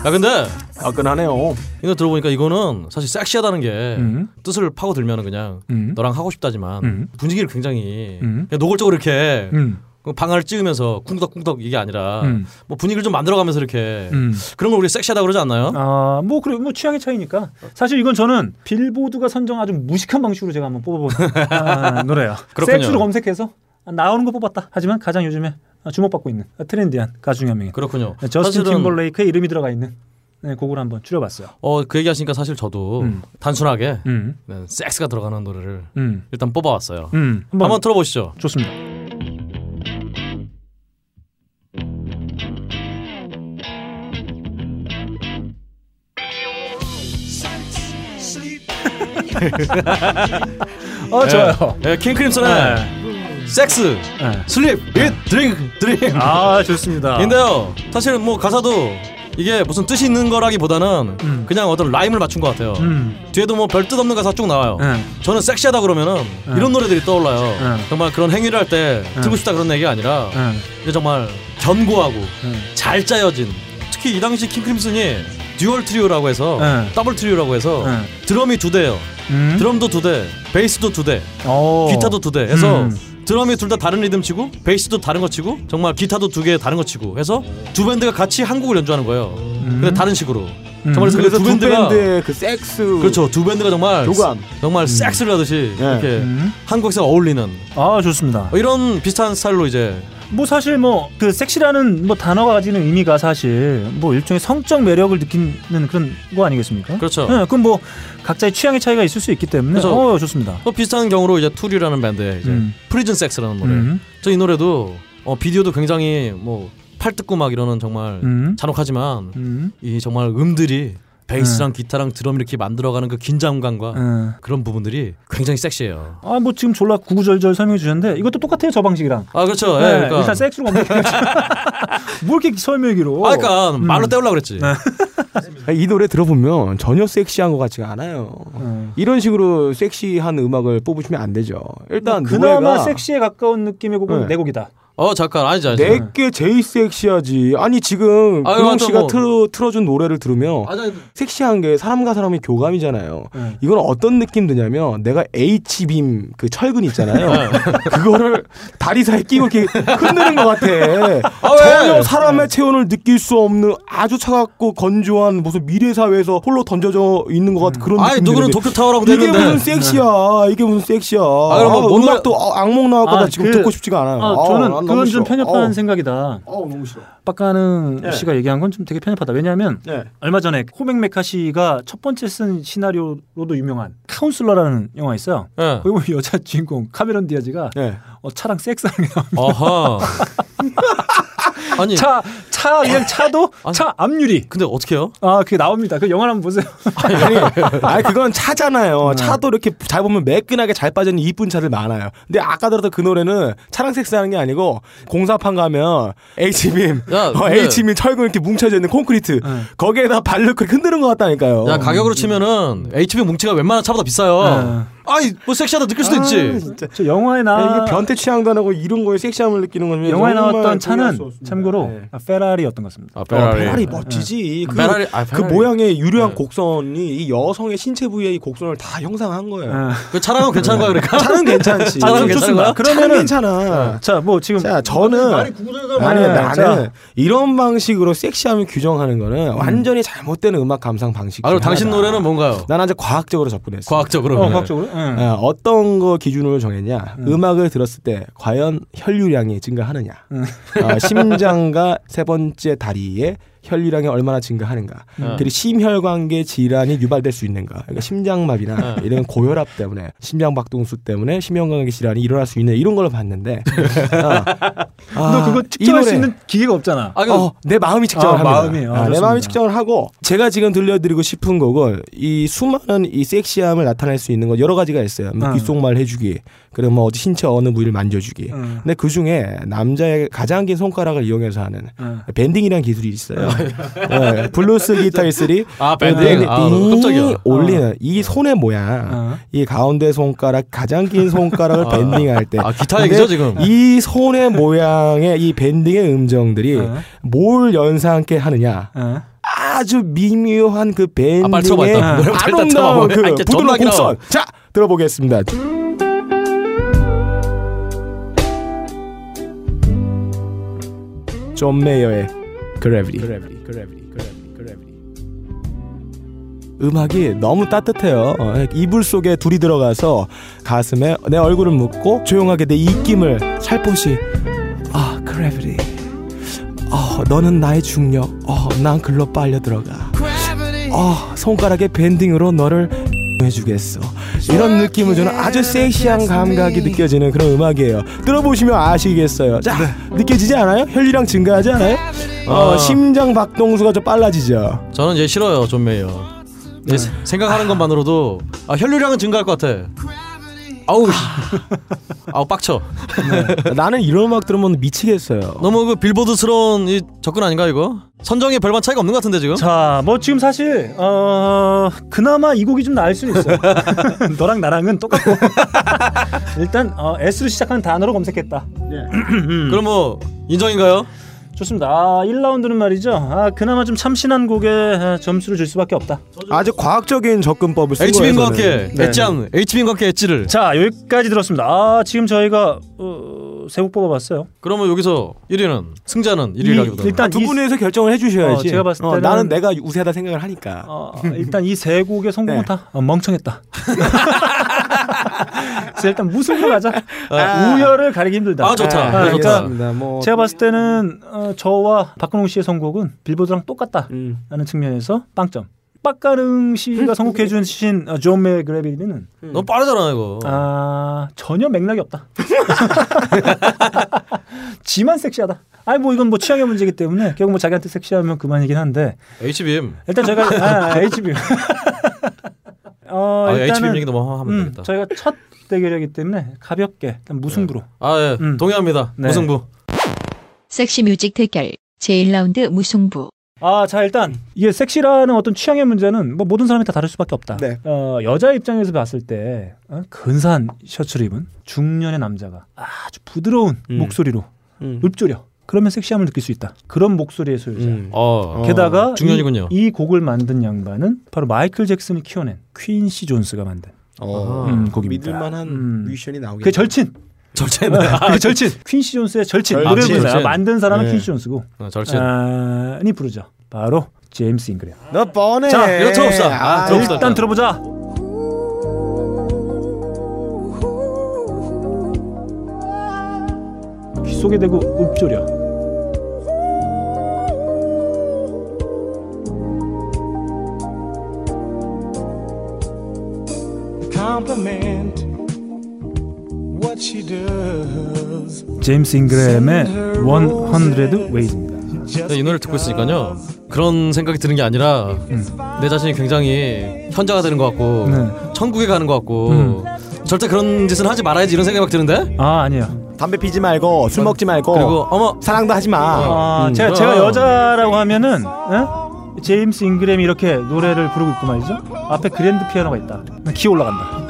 [SPEAKER 6] 야 근데
[SPEAKER 5] 아, 화끈하네요
[SPEAKER 6] 이거 들어보니까 이거는 사실 섹시하다는 게
[SPEAKER 4] 음.
[SPEAKER 6] 뜻을 파고들면 은 그냥
[SPEAKER 4] 음.
[SPEAKER 6] 너랑 하고 싶다지만
[SPEAKER 4] 음.
[SPEAKER 6] 분위기를 굉장히
[SPEAKER 4] 음.
[SPEAKER 6] 그냥 노골적으로 이렇게
[SPEAKER 4] 음.
[SPEAKER 6] 그 방아를 찌우면서 쿵덕쿵덕 이게 아니라
[SPEAKER 4] 음.
[SPEAKER 6] 뭐 분위기를 좀 만들어가면서 이렇게
[SPEAKER 4] 음.
[SPEAKER 6] 그런 걸 우리가 섹시하다 그러지 않나요?
[SPEAKER 4] 아, 뭐 그래 뭐 취향의 차이니까. 사실 이건 저는 빌보드가 선정 아주 무식한 방식으로 제가
[SPEAKER 6] [laughs]
[SPEAKER 4] 한번 뽑아본 아, 노래예요.
[SPEAKER 6] 그렇군요.
[SPEAKER 4] 섹스로 검색해서 아, 나오는 거 뽑았다. 하지만 가장 요즘에 아, 주목받고 있는 아, 트렌디한 가수 중에 한 명인
[SPEAKER 6] 그렇군요.
[SPEAKER 4] 네, 저스틴
[SPEAKER 6] 사실은
[SPEAKER 4] 팀벌레이크의 이름이 들어가 있는 네, 곡을 한번 추려봤어요.
[SPEAKER 6] 어, 그 얘기하시니까 사실 저도
[SPEAKER 4] 음.
[SPEAKER 6] 단순하게
[SPEAKER 4] 음,
[SPEAKER 6] 네, 섹스가 들어가는 노래를
[SPEAKER 4] 음,
[SPEAKER 6] 일단 뽑아왔어요.
[SPEAKER 4] 음. 한번,
[SPEAKER 6] 한번 들어보시죠.
[SPEAKER 4] [laughs] 좋습니다. 어 좋아요.
[SPEAKER 6] 예, 예, 킹 크림슨의 섹스,
[SPEAKER 4] 네.
[SPEAKER 6] 슬립, 잇, 드링크, 드림.
[SPEAKER 4] 아 좋습니다.
[SPEAKER 6] 인데요. 사실 뭐 가사도 이게 무슨 뜻이 있는 거라기보다는
[SPEAKER 4] 음.
[SPEAKER 6] 그냥 어떤 라임을 맞춘 것 같아요.
[SPEAKER 4] 음,
[SPEAKER 6] 뒤에도 뭐 별 뜻 없는 가사 쭉 나와요.
[SPEAKER 4] 네.
[SPEAKER 6] 저는 섹시하다 그러면은
[SPEAKER 4] 음.
[SPEAKER 6] 이런 노래들이 떠올라요.
[SPEAKER 4] 음.
[SPEAKER 6] 정말 그런 행위를 할 때
[SPEAKER 4] 음.
[SPEAKER 6] 듣고 싶다 그런 얘기가 아니라
[SPEAKER 4] 네.
[SPEAKER 6] 이게 정말 견고하고
[SPEAKER 4] 네.
[SPEAKER 6] 잘 짜여진 특히 이 당시 킹크림슨이 듀얼 트리오라고 해서
[SPEAKER 4] 네.
[SPEAKER 6] 더블 트리오라고 해서
[SPEAKER 4] 네.
[SPEAKER 6] 드럼이 두 대예요.
[SPEAKER 4] 음? 어.
[SPEAKER 6] 드럼도 두 대, 베이스도 두 대,
[SPEAKER 4] 오.
[SPEAKER 6] 기타도 두 대. 해서
[SPEAKER 4] 음.
[SPEAKER 6] 드럼이 둘 다 다른 리듬 치고 베이스도 다른 거 치고 정말 기타도 두 개 다른 거 치고 해서 두 밴드가 같이 한국을 연주하는 거예요.
[SPEAKER 4] 음.
[SPEAKER 6] 근데 다른 식으로. 정말 그래서
[SPEAKER 5] 그래서
[SPEAKER 6] 두
[SPEAKER 5] 두
[SPEAKER 6] 밴드가
[SPEAKER 5] 밴드의 그 섹스
[SPEAKER 6] 그렇죠. 두 밴드가 정말
[SPEAKER 5] 교감.
[SPEAKER 6] 정말 섹스를 하듯이
[SPEAKER 5] 예.
[SPEAKER 6] 이렇게
[SPEAKER 4] 음.
[SPEAKER 6] 한국에서 어울리는
[SPEAKER 4] 아 좋습니다.
[SPEAKER 6] 어, 이런 비슷한 스타일로 이제
[SPEAKER 4] 뭐 사실 뭐 그 섹시라는 뭐 단어가 가지는 의미가 사실 뭐 일종의 성적 매력을 느끼는 그런 거 아니겠습니까?
[SPEAKER 6] 그렇죠.
[SPEAKER 4] 네, 그럼 뭐 각자의 취향의 차이가 있을 수 있기 때문에
[SPEAKER 6] 그래서- 뭐
[SPEAKER 4] 어 좋습니다.
[SPEAKER 6] 또 비슷한 경우로 이제 툴이라는 밴드의 이제
[SPEAKER 4] 음.
[SPEAKER 6] 프리즌 섹스라는 노래.
[SPEAKER 4] 음.
[SPEAKER 6] 저 이 노래도 어, 비디오도 굉장히 뭐 팔뜯고 막 이러는 정말
[SPEAKER 4] 음.
[SPEAKER 6] 잔혹하지만
[SPEAKER 4] 음.
[SPEAKER 6] 이 정말 음들이 베이스랑
[SPEAKER 5] 네.
[SPEAKER 6] 기타랑 드럼 이렇게 만들어가는 그 긴장감과
[SPEAKER 4] 음.
[SPEAKER 6] 그런 부분들이 굉장히 섹시해요.
[SPEAKER 4] 아 뭐 지금 졸라 구구절절 설명해 주셨는데 이것도 똑같아요 저 방식이랑.
[SPEAKER 6] 아 그렇죠. 예,
[SPEAKER 4] 네,
[SPEAKER 6] 그러니까.
[SPEAKER 4] 일단 섹스로 검색해야죠.
[SPEAKER 6] [laughs]
[SPEAKER 4] 뭐 이렇게 설명기로?
[SPEAKER 6] 아, 그러니까
[SPEAKER 5] 음.
[SPEAKER 6] 말로 때우려고 그랬지.
[SPEAKER 5] 네. 이 노래 들어보면 전혀 섹시한 것 같지가 않아요.
[SPEAKER 4] 음.
[SPEAKER 5] 이런 식으로 섹시한 음악을 뽑으시면 안 되죠. 일단
[SPEAKER 4] 뭐 그나마
[SPEAKER 5] 노래가
[SPEAKER 4] 섹시에 가까운 느낌의 곡은
[SPEAKER 5] 네.
[SPEAKER 4] 내 곡이다.
[SPEAKER 6] 어 잠깐 아니지 아니지.
[SPEAKER 5] 내게 제일 섹시하지. 아니 지금
[SPEAKER 6] 아유,
[SPEAKER 5] 근홍
[SPEAKER 6] 맞아,
[SPEAKER 5] 씨가
[SPEAKER 6] 뭐.
[SPEAKER 5] 틀어, 틀어준 노래를 들으면
[SPEAKER 6] 아니,
[SPEAKER 5] 섹시한 게 사람과 사람의 교감이잖아요.
[SPEAKER 4] 네.
[SPEAKER 5] 이건 어떤 느낌 드냐면 내가 H빔 그 철근 있잖아요. 그거를 다리 사이 끼고 이렇게 흔드는 것 같아. 전혀 사람의 체온을 느낄 수 없는 아주 차갑고 그 건조한 무슨 미래 사회에서 홀로 던져져 있는 것 같은 그런
[SPEAKER 6] 아니
[SPEAKER 5] 느낌.
[SPEAKER 6] 누구는 도쿄 타워라고
[SPEAKER 5] 이게
[SPEAKER 6] 했는데. 네.
[SPEAKER 5] 무슨 섹시야? 이게 무슨 섹시야? 아,
[SPEAKER 6] 그럼 뭐 뭔가-
[SPEAKER 5] 음악도 아, 악몽 나올 거다
[SPEAKER 4] 아,
[SPEAKER 5] 지금
[SPEAKER 4] 그-
[SPEAKER 5] 듣고 싶지가 않아요.
[SPEAKER 4] 아,
[SPEAKER 5] 아우,
[SPEAKER 4] 저는
[SPEAKER 5] 난 너무
[SPEAKER 4] 그건 좀
[SPEAKER 5] 싫어.
[SPEAKER 4] 편협한
[SPEAKER 5] 아우.
[SPEAKER 4] 생각이다.
[SPEAKER 5] 아우, 너무 싫어.
[SPEAKER 4] 빡가는 그 씨가 얘기한 건 좀 되게 편협하다. 왜냐하면
[SPEAKER 5] 네.
[SPEAKER 4] 얼마 전에 호백 메카 씨가 첫 번째 쓴 시나리오로도 유명한 카운슬러라는 영화 있어요. [laughs]
[SPEAKER 6] 예.
[SPEAKER 4] 거기 보면 여자 주인공 카메론 디아즈가
[SPEAKER 5] 네.
[SPEAKER 4] 어, 차랑 섹스하는 게 나와요.
[SPEAKER 6] 아하. [laughs] 아니
[SPEAKER 4] 차, 차 그냥
[SPEAKER 5] [laughs]
[SPEAKER 4] 차도
[SPEAKER 6] 아니.
[SPEAKER 4] 차 앞유리.
[SPEAKER 6] 근데 어떻게요?
[SPEAKER 4] 아 그게 나옵니다. 그 영화 한번 보세요.
[SPEAKER 5] 아니, [laughs] 아니 그건 차잖아요.
[SPEAKER 4] 네.
[SPEAKER 5] 차도 이렇게 잘 보면 매끈하게 잘 빠지는 이쁜 차들 많아요. 근데 아까 들었던 그 노래는 차랑 섹스하는 게 아니고 공사판 가면 H빔,
[SPEAKER 6] 야,
[SPEAKER 5] 어,
[SPEAKER 6] 근데-
[SPEAKER 5] H빔 철근 이렇게 뭉쳐져 있는 콘크리트 거기에다 발로 그렇게 흔드는 것 같다니까요.
[SPEAKER 6] 야 가격으로 치면은 HB 뭉치가 웬만한 차보다 비싸요. 아니 뭐 섹시하다 느낄 수도 있지.
[SPEAKER 5] 네. 진짜.
[SPEAKER 4] [laughs] 저 영화에
[SPEAKER 5] 야,
[SPEAKER 4] 나
[SPEAKER 5] 이게 아. 변태 취향도 안 하고 이런 거에 섹시함을 느끼는 거면
[SPEAKER 4] 영화에
[SPEAKER 5] 정말
[SPEAKER 4] 나왔던
[SPEAKER 5] 동의할 수
[SPEAKER 4] 차는
[SPEAKER 5] 없습니다.
[SPEAKER 4] 참고로
[SPEAKER 5] 네.
[SPEAKER 4] 아, 페라리였던 것 같습니다.
[SPEAKER 6] 아
[SPEAKER 5] 어, 페라리 멋지지. 그,
[SPEAKER 6] 페라리- 아,
[SPEAKER 5] 그
[SPEAKER 6] 페라리.
[SPEAKER 5] 모양의 유려한 곡선이 이 여성의 신체 부위의 이 곡선을 다 형상한 거예요.
[SPEAKER 4] 아.
[SPEAKER 6] 그 차랑은 괜찮은 거야 그러니까.
[SPEAKER 5] 네. 차는 괜찮지.
[SPEAKER 6] 차는 괜찮은 거야?
[SPEAKER 5] 차는 괜찮아.
[SPEAKER 4] 자, 뭐 지금
[SPEAKER 5] 자, 저는 아니
[SPEAKER 4] 네,
[SPEAKER 5] 나는
[SPEAKER 4] 자.
[SPEAKER 5] 이런 방식으로 섹시함을 규정하는 거는 완전히 잘못된 음악 감상 방식.
[SPEAKER 6] 아 그럼 당신 노래는 뭔가요?
[SPEAKER 5] 난 아주 과학적으로 접근했어.
[SPEAKER 6] 과학적으로.
[SPEAKER 4] 어, 과학적으로 응.
[SPEAKER 5] 어, 어떤 거 기준으로 정했냐? 음. 악을 들었을 때 과연 혈류량이 증가하느냐? 어, 심장과 세 번째 다리에 혈류량이 얼마나 증가하는가?
[SPEAKER 6] 음.
[SPEAKER 5] 그리고 심혈관계 질환이 유발될 수 있는가? 그러니까 심장마비나
[SPEAKER 6] 음.
[SPEAKER 5] 이런 고혈압 때문에 심장박동수 때문에 심혈관계 질환이 일어날 수 있는 이런 걸 봤는데 어.
[SPEAKER 4] 너 그거 측정할 수
[SPEAKER 5] 아, 노래.
[SPEAKER 4] 있는 기계가 없잖아.
[SPEAKER 6] 아, 그,
[SPEAKER 5] 어, 내 마음이 측정을
[SPEAKER 4] 아,
[SPEAKER 5] 합니다.
[SPEAKER 4] 마음이요.
[SPEAKER 5] 아, 내
[SPEAKER 4] 좋습니다.
[SPEAKER 5] 마음이 측정을 하고 제가 지금 들려드리고 싶은 곡은 이 수많은 이 섹시함을 나타낼 수 있는 것 여러 가지가 있어요. 뭐
[SPEAKER 4] 음.
[SPEAKER 5] 귓속말 해주기, 그리고 뭐 어디 신체 어느 부위를 만져주기.
[SPEAKER 4] 음.
[SPEAKER 5] 근데 그 중에 남자의 가장 긴 손가락을 이용해서 하는
[SPEAKER 4] 음.
[SPEAKER 6] 네.
[SPEAKER 5] 밴딩이라는 기술이 있어요. 네, 블루스 기타의 쓰리
[SPEAKER 6] 아 밴딩. 아 너무 깜짝이야. 어.
[SPEAKER 5] 올리는 이 손의 모양,
[SPEAKER 4] 어.
[SPEAKER 5] 이 가운데 손가락 가장 긴 손가락을
[SPEAKER 6] 아.
[SPEAKER 5] 밴딩할 때.
[SPEAKER 6] 아 기타 얘기죠 지금.
[SPEAKER 5] 이 손의 모양의 이 밴딩의 음정들이
[SPEAKER 4] 어.
[SPEAKER 5] 뭘 연상케 하느냐
[SPEAKER 4] 어.
[SPEAKER 5] 아주 미묘한 그
[SPEAKER 6] 아, 빨리 틀어봐,
[SPEAKER 5] 밴딩의
[SPEAKER 6] 일단. 노래 일단
[SPEAKER 5] 아름다운
[SPEAKER 6] 틀어봐.
[SPEAKER 5] 그
[SPEAKER 6] 아, 이제
[SPEAKER 5] 부드러운
[SPEAKER 6] 존나 길어.
[SPEAKER 5] 곡선 자 들어보겠습니다 존 메이어의 그래비티 음악이 너무 따뜻해요. 어, 이불 속에 둘이 들어가서 가슴에 내 얼굴을 묻고 조용하게 내 입김을 살포시 아 그래 gravity. 어, 너는 나의 중력. 어, 난 글로 빨려 들어가. 어, 손가락의 밴딩으로 너를 해주겠어. 이런 느낌을 주는 아주 섹시한 감각이 느껴지는 그런 음악이에요. 들어보시면 아시겠어요. 자, 느껴지지 않아요? 혈리랑 증가하지 않아요? 어,
[SPEAKER 6] 아.
[SPEAKER 5] 심장 박동수가 좀 빨라지죠.
[SPEAKER 6] 저는 얘 싫어요 존 메이어 얘 세- 생각하는 것만으로도 아 혈류량은 증가할 것 같아 아우 아우 빡쳐
[SPEAKER 5] [laughs] 나는 이런 음악 들으면 미치겠어요.
[SPEAKER 6] 너무 그 빌보드스러운 이 접근 아닌가 이거 선정에 별반 차이가 없는 것 같은데 지금
[SPEAKER 4] 자, 뭐 지금 사실 어 그나마 이 곡이 좀 나을 수는 있어. 요 [laughs] 너랑 나랑은 똑같고. [laughs] 일단 어, S로 시작하는 단어로 검색했다.
[SPEAKER 6] 그럼 뭐 인정인가요?
[SPEAKER 4] 좋습니다. 아, 1라운드는 말이죠. 아, 그나마 좀 참신한 곡에 아, 점수를 줄 수밖에 없다.
[SPEAKER 5] 아주 과학적인 접근법을 쓴 거예요.
[SPEAKER 6] HB인과
[SPEAKER 5] 저는.
[SPEAKER 6] 함께
[SPEAKER 4] 네.
[SPEAKER 6] 엣지함 HB인과 함께 엣지를
[SPEAKER 4] 자, 여기까지 들었습니다. 아, 지금 저희가 어, 세곡 뽑아봤어요.
[SPEAKER 6] 그러면 뭐 여기서 1위는 승자는
[SPEAKER 4] 이-
[SPEAKER 6] 1위라기보다
[SPEAKER 4] 일단
[SPEAKER 5] 두
[SPEAKER 4] 이-
[SPEAKER 5] 분에서 결정을 해주셔야지.
[SPEAKER 4] 어, 제가 봤을
[SPEAKER 5] 어,
[SPEAKER 4] 때는-
[SPEAKER 5] 나는 내가 우세하다 생각을 하니까.
[SPEAKER 4] 어, 일단 이 세 곡의 성공은
[SPEAKER 5] 네.
[SPEAKER 4] 다 어, 멍청했다. [laughs] 그래서 일단 무승부로 가자.
[SPEAKER 6] 아.
[SPEAKER 4] 우열을 가리기 힘들다.
[SPEAKER 6] 아 좋다
[SPEAKER 4] 아,
[SPEAKER 6] 네,
[SPEAKER 4] 그러니까
[SPEAKER 6] 좋다
[SPEAKER 5] 알겠습니다. 뭐
[SPEAKER 4] 제가 봤을 때는 어, 저와 박근홍 씨의 선곡은 빌보드랑 똑같다라는
[SPEAKER 5] 음.
[SPEAKER 4] 측면에서 빵점. 빡가릉 씨가 선곡해 주신 어, 존 메의 그래비티는
[SPEAKER 6] 너무 빠르잖아 이거
[SPEAKER 4] 아, 전혀 맥락이 없다. [laughs] 지만 섹시하다. 아니 뭐 이건 뭐 취향의 문제이기 때문에 결국 뭐 자기한테 섹시하면 그만이긴 한데
[SPEAKER 6] HBM
[SPEAKER 4] 일단 저희가 아, HB. [laughs] 어,
[SPEAKER 6] 아
[SPEAKER 4] 일단은
[SPEAKER 6] HBM 얘기 너무 하면
[SPEAKER 4] 음,
[SPEAKER 6] 되겠다
[SPEAKER 4] 저희가 첫 대결이기 때문에 가볍게 일단 무승부로.
[SPEAKER 6] 아예
[SPEAKER 4] 음.
[SPEAKER 6] 동의합니다
[SPEAKER 4] 네.
[SPEAKER 6] 무승부
[SPEAKER 3] 섹시 뮤직 대결 제1라운드 무승부.
[SPEAKER 4] 아, 자 일단 이게 섹시라는 어떤 취향의 문제는 뭐 모든 사람이 다 다를 수밖에 없다.
[SPEAKER 5] 네.
[SPEAKER 4] 어, 여자 입장에서 봤을 때 어, 근사한 셔츠를 입은 중년의 남자가 아주 부드러운 목소리로
[SPEAKER 5] 음.
[SPEAKER 4] 읊조려. 그러면 섹시함을 느낄 수 있다. 그런 목소리의 소유자.
[SPEAKER 5] 음.
[SPEAKER 6] 어.
[SPEAKER 4] 게다가
[SPEAKER 6] 중년이군요.
[SPEAKER 4] 이, 이 곡을 만든 양반은 바로 마이클 잭슨이 키워낸 퀸시 존스가 만든
[SPEAKER 5] 어.
[SPEAKER 4] 음, 곡입니다.
[SPEAKER 5] 믿을만한
[SPEAKER 4] 음.
[SPEAKER 5] 뮤지션이 나오겠네.
[SPEAKER 4] 그 절친. [laughs]
[SPEAKER 6] 절친. [laughs]
[SPEAKER 4] 그 절친. 퀸시 존스의 절친.
[SPEAKER 5] 절친.
[SPEAKER 4] 노래 부르는 사람.
[SPEAKER 6] 절친.
[SPEAKER 4] 만든 사람은
[SPEAKER 5] 네.
[SPEAKER 4] 퀸시 존스고.
[SPEAKER 6] 어, 절친.
[SPEAKER 4] 아, 니 부르죠. 바로 제임스 잉그레.
[SPEAKER 5] 너 뻔해.
[SPEAKER 6] 자, 이거 들어봅시다. 아,
[SPEAKER 5] 아,
[SPEAKER 6] 들어봅시다.
[SPEAKER 4] 일단 들어보자. 귀 속에 대고 읊조려.
[SPEAKER 9] compliment what she does.
[SPEAKER 4] 제임스 잉그램의 100 Ways입니다.
[SPEAKER 9] Just
[SPEAKER 6] 네, 이 노래를 듣고 있으니까요. 그런 생각이 드는 게 아니라 내 자신이 굉장히 현자가 되는 것 같고
[SPEAKER 4] 음. 네.
[SPEAKER 6] 천국에 가는 것 같고
[SPEAKER 4] 음.
[SPEAKER 6] 절대 그런 짓은 하지 말아야지 이런 생각이 막 드는데
[SPEAKER 4] 아 아니요.
[SPEAKER 5] 담배 피지 말고 술 먹지 말고
[SPEAKER 6] 그리고 어머
[SPEAKER 5] 사랑도 하지 마.
[SPEAKER 4] 아
[SPEAKER 6] 음.
[SPEAKER 4] 제가
[SPEAKER 6] 그럼.
[SPEAKER 4] 제가 여자라고 하면은 에? 제임스 잉그램이 이렇게 노래를 부르고 있고 말이죠. 앞에 그랜드 피아노가 있다. 기 올라간다.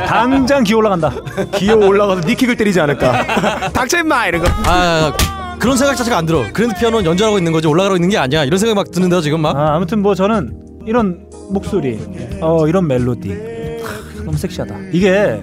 [SPEAKER 4] 예, 당장 기 올라간다.
[SPEAKER 5] 기어 올라가서 니킥을 때리지
[SPEAKER 6] [laughs]
[SPEAKER 5] 않을까. 닥쳐 임마 이런 거.
[SPEAKER 6] 아 그런 생각 자체가 안 들어. 그랜드 피아노는 연주하고 있는 거지 올라가고 있는 게 아니야. 이런 생각이 막 드는데요 지금 막.
[SPEAKER 4] 아, 아무튼 뭐 저는 이런 목소리, 어 이런 멜로디 크, 너무 섹시하다. 이게